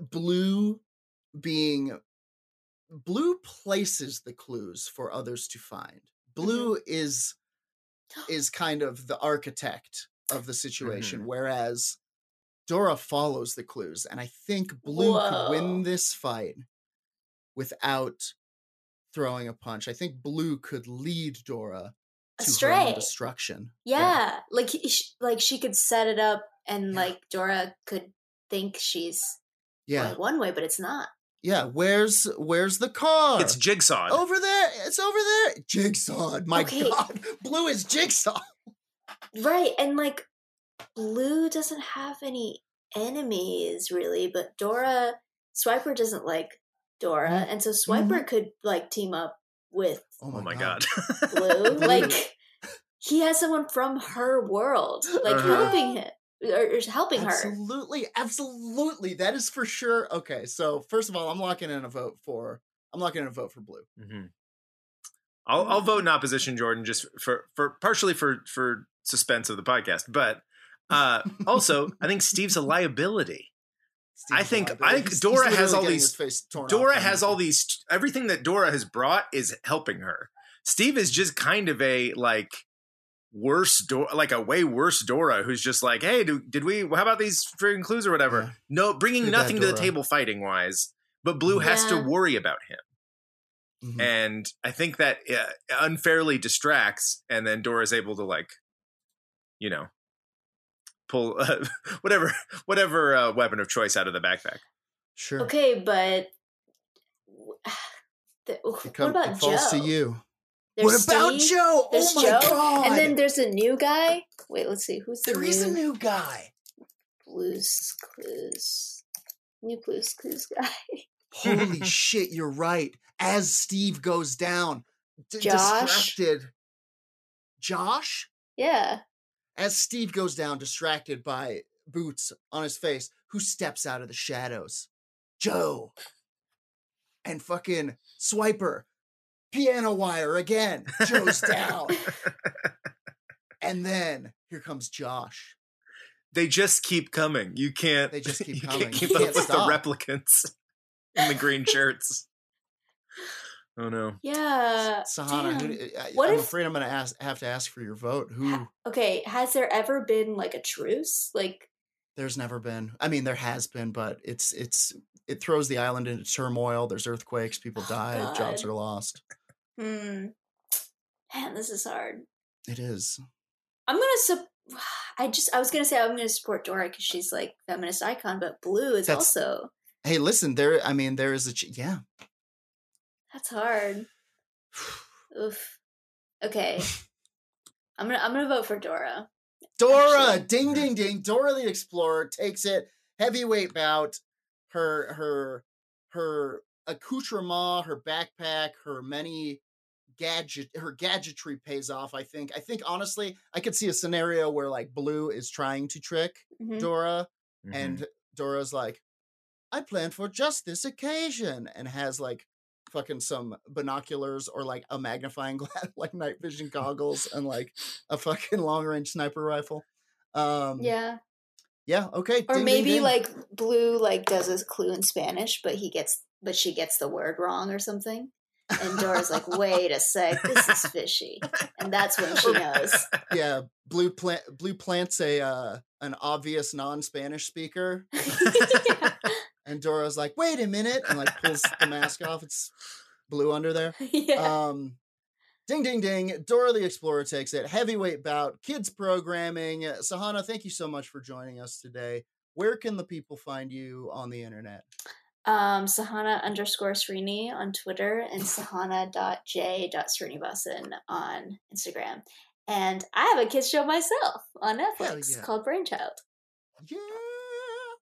A: blue being blue places the clues for others to find. Blue is is kind of the architect of the situation whereas Dora follows the clues and I think blue could
B: Whoa.
A: win this fight without throwing a punch. I think blue could lead Dora to her own
B: Astray.
A: destruction.
B: Yeah. Like he, sh like she could set it up and like Dora could think she's
A: Yeah.
B: going one way, but it's not.
A: Yeah, where's where's the car?
C: It's jigsaw.
A: over there. It's over there. Jigsaw. My
B: Okay.
A: god. Blue is jigsaw.
B: Right, and like Blue doesn't have any enemies really, but Dora Swiper doesn't like Dora,
A: Mhm.
B: and so Swiper could like team up with
C: Oh my god.
B: Blue.
A: Blue.
B: like he has someone from her world, like
C: Uh-huh.
B: helping him or, or helping her.
A: Absolutely. Absolutely. That is for sure. Okay, so first of all, I'm locking in a vote for I'm locking in a vote for blue.
C: hmm I'll, I'll vote in
A: Mm-hmm.
C: opposition, Jordan, just for for partially for for suspense of the podcast, but uh, also I think Steve's a liability. I
A: Steve's
C: think- I
A: liability.
C: think
A: He's- he's
C: Dora has
A: literally
C: all
A: getting
C: these-
A: his face torn off
C: Dora
A: by
C: has
A: Mickey.
C: all these everything that Dora has brought is helping her. Steve is just kind of a like worse Dora, like a way worse Dora, who's just like, hey, do, did we? How about these freaking clues or whatever?
A: Yeah.
C: No, bringing
A: Pretty bad
C: nothing to the
A: Dora.
C: table fighting wise. But Blue has to
B: Yeah.
C: worry about him.
A: Mhm.
C: and I think that uh, unfairly distracts, and then Dora's able to like, you know, pull uh, whatever whatever uh, weapon of choice out of the backpack.
A: Sure.
B: Okay, but the,
A: It,
B: what
A: come,
B: about
A: it falls
B: Joe?
A: to you.
B: There's
A: what about
B: Steve,
A: Joe?
B: There's
A: oh my
B: Joe,
A: god.
B: and then there's a new guy. Wait, let's see who's the
A: there is a
B: new-
A: new guy.
B: Blues Clues. New Blues Clues guy.
A: Holy shit, you're right. As Steve goes down, d-
B: Josh?
A: distracted. Josh?
B: Yeah.
A: As Steve goes down, distracted by boots on his face, who steps out of the shadows? Joe. And fucking Swiper. Piano wire again. Joe's down. and then here comes Josh.
C: They just keep coming. You can't.
A: They just keep
C: you
A: coming.
C: Can't keep
A: You
C: up
A: can't
C: with
A: stop.
C: the replicants in the green shirts. Oh no!
B: Yeah.
A: Sahana, who,
B: Uh, damn.
A: d- I,
B: What
A: am
B: if-
A: afraid I'm going to ask, have to ask for your vote. Who?
B: Okay, has there ever been like a truce? Like
A: There's never been. I mean, there has been, but it's it's it throws the island into turmoil. There's earthquakes, people
B: Oh,
A: die, jobs
B: God.
A: are lost.
B: hmm. Man, this is hard.
A: It is.
B: I'm gonna sup I just I was gonna say I'm gonna support Dora because she's like feminist icon, but blue is
A: That's-
B: also
A: Hey, listen, there. I mean, there is a ch- yeah.
B: that's hard. Oof. Okay. I'm gonna I'm gonna vote for Dora.
A: Dora,
B: Actually-
A: ding ding ding. Dora the Explorer takes it heavyweight bout. Her her her accoutrement, her backpack, her many gadget her gadgetry pays off, I think. I think honestly, I could see a scenario where like Blue is trying to trick
B: Mhm.
A: Dora
C: Mhm.
A: and Dora's like, I planned for just this occasion, and has like fucking some binoculars or like a magnifying glass, like night vision goggles, and like a fucking long range sniper rifle. Um,
B: Yeah.
A: yeah, okay, ding,
B: Or
A: ding,
B: maybe
A: ding.
B: like Blue like does a clue in Spanish, but he gets but she gets the word wrong or something. And Dora's like, wait a sec, this is fishy. And that's when she knows.
A: yeah, blue plant, blue plants a uh, an obvious non Spanish speaker,
B: yeah.
A: and Dora's like, wait a minute, and like pulls the mask off. It's blue under there.
B: Yeah.
A: Um, ding, ding, ding. Dora the Explorer takes it. Heavyweight bout, kids programming. Uh, Sahana, thank you so much for joining us today. Where can the people find you on the internet?
B: um, Sahana underscore Srini on Twitter and Sahana.j.srinivasan on Instagram. And I have a kids show myself on Netflix
A: yeah.
B: called Brainchild.
A: Yeah.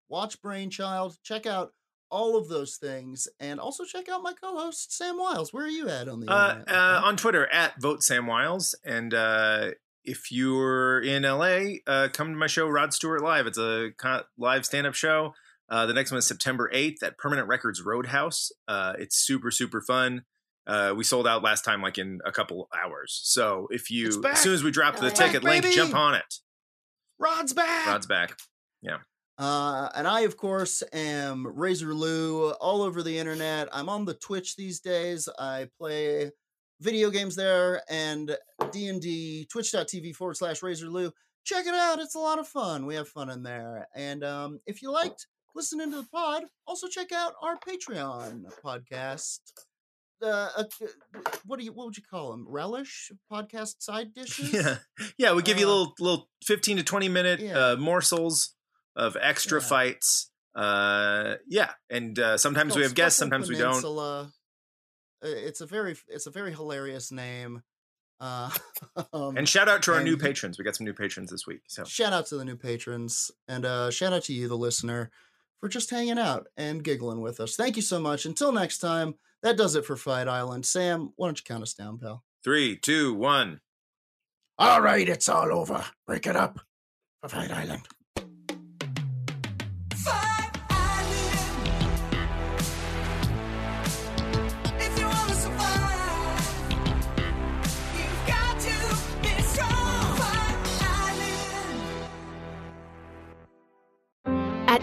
A: Watch Brainchild. Check out all of those things. And also check out my co host, Sam Wiles. Where are you at on the
C: Uh,
A: internet?
C: uh, on Twitter at vote Sam Wiles, and uh, if you're in LA, uh, come to my show Rod Stewart Live. It's a co- live stand-up show. Uh, the next one is September 8th at Permanent Records Roadhouse. Uh, it's super super fun. Uh, we sold out last time like in a couple hours. So if
A: It's
C: you
A: back.
C: as soon as we drop the
B: It's back,
C: ticket link,
A: baby.
C: jump on it.
A: Rod's back.
C: Rod's back.
A: Uh, and I, of course, am Razor Lou all over the internet. I'm on the Twitch these days. I play video games there and D and D twitch.tv forward slash Razor Lou. Check it out. It's a lot of fun. We have fun in there. And um, if you liked listening to the pod, also check out our Patreon podcast. Uh, uh, what do you? What would you call them? Relish podcast side dishes.
C: Yeah, yeah. We give you
A: Uh,
C: little little fifteen to twenty minute
A: yeah.
C: uh, morsels of extra
A: Yeah.
C: fights. Uh, yeah, and uh, sometimes we
A: called
C: have guests,
A: Scuffle
C: sometimes we don't.
A: Peninsula. Uh, It's a very it's a very hilarious name. Uh, um,
C: And shout out to our new
A: and-
C: patrons. We got some new patrons this week. So
A: shout out to the new patrons and uh, shout out to you, the listener, for just hanging out and giggling with us. Thank you so much. Until next time, that does it for Fight Island. Sam, why don't you count us down, pal?
C: three, two, one.
A: All right, it's all over. Break it up for Fight Island.
D: If you wanna survive, you've got to be strong.
E: At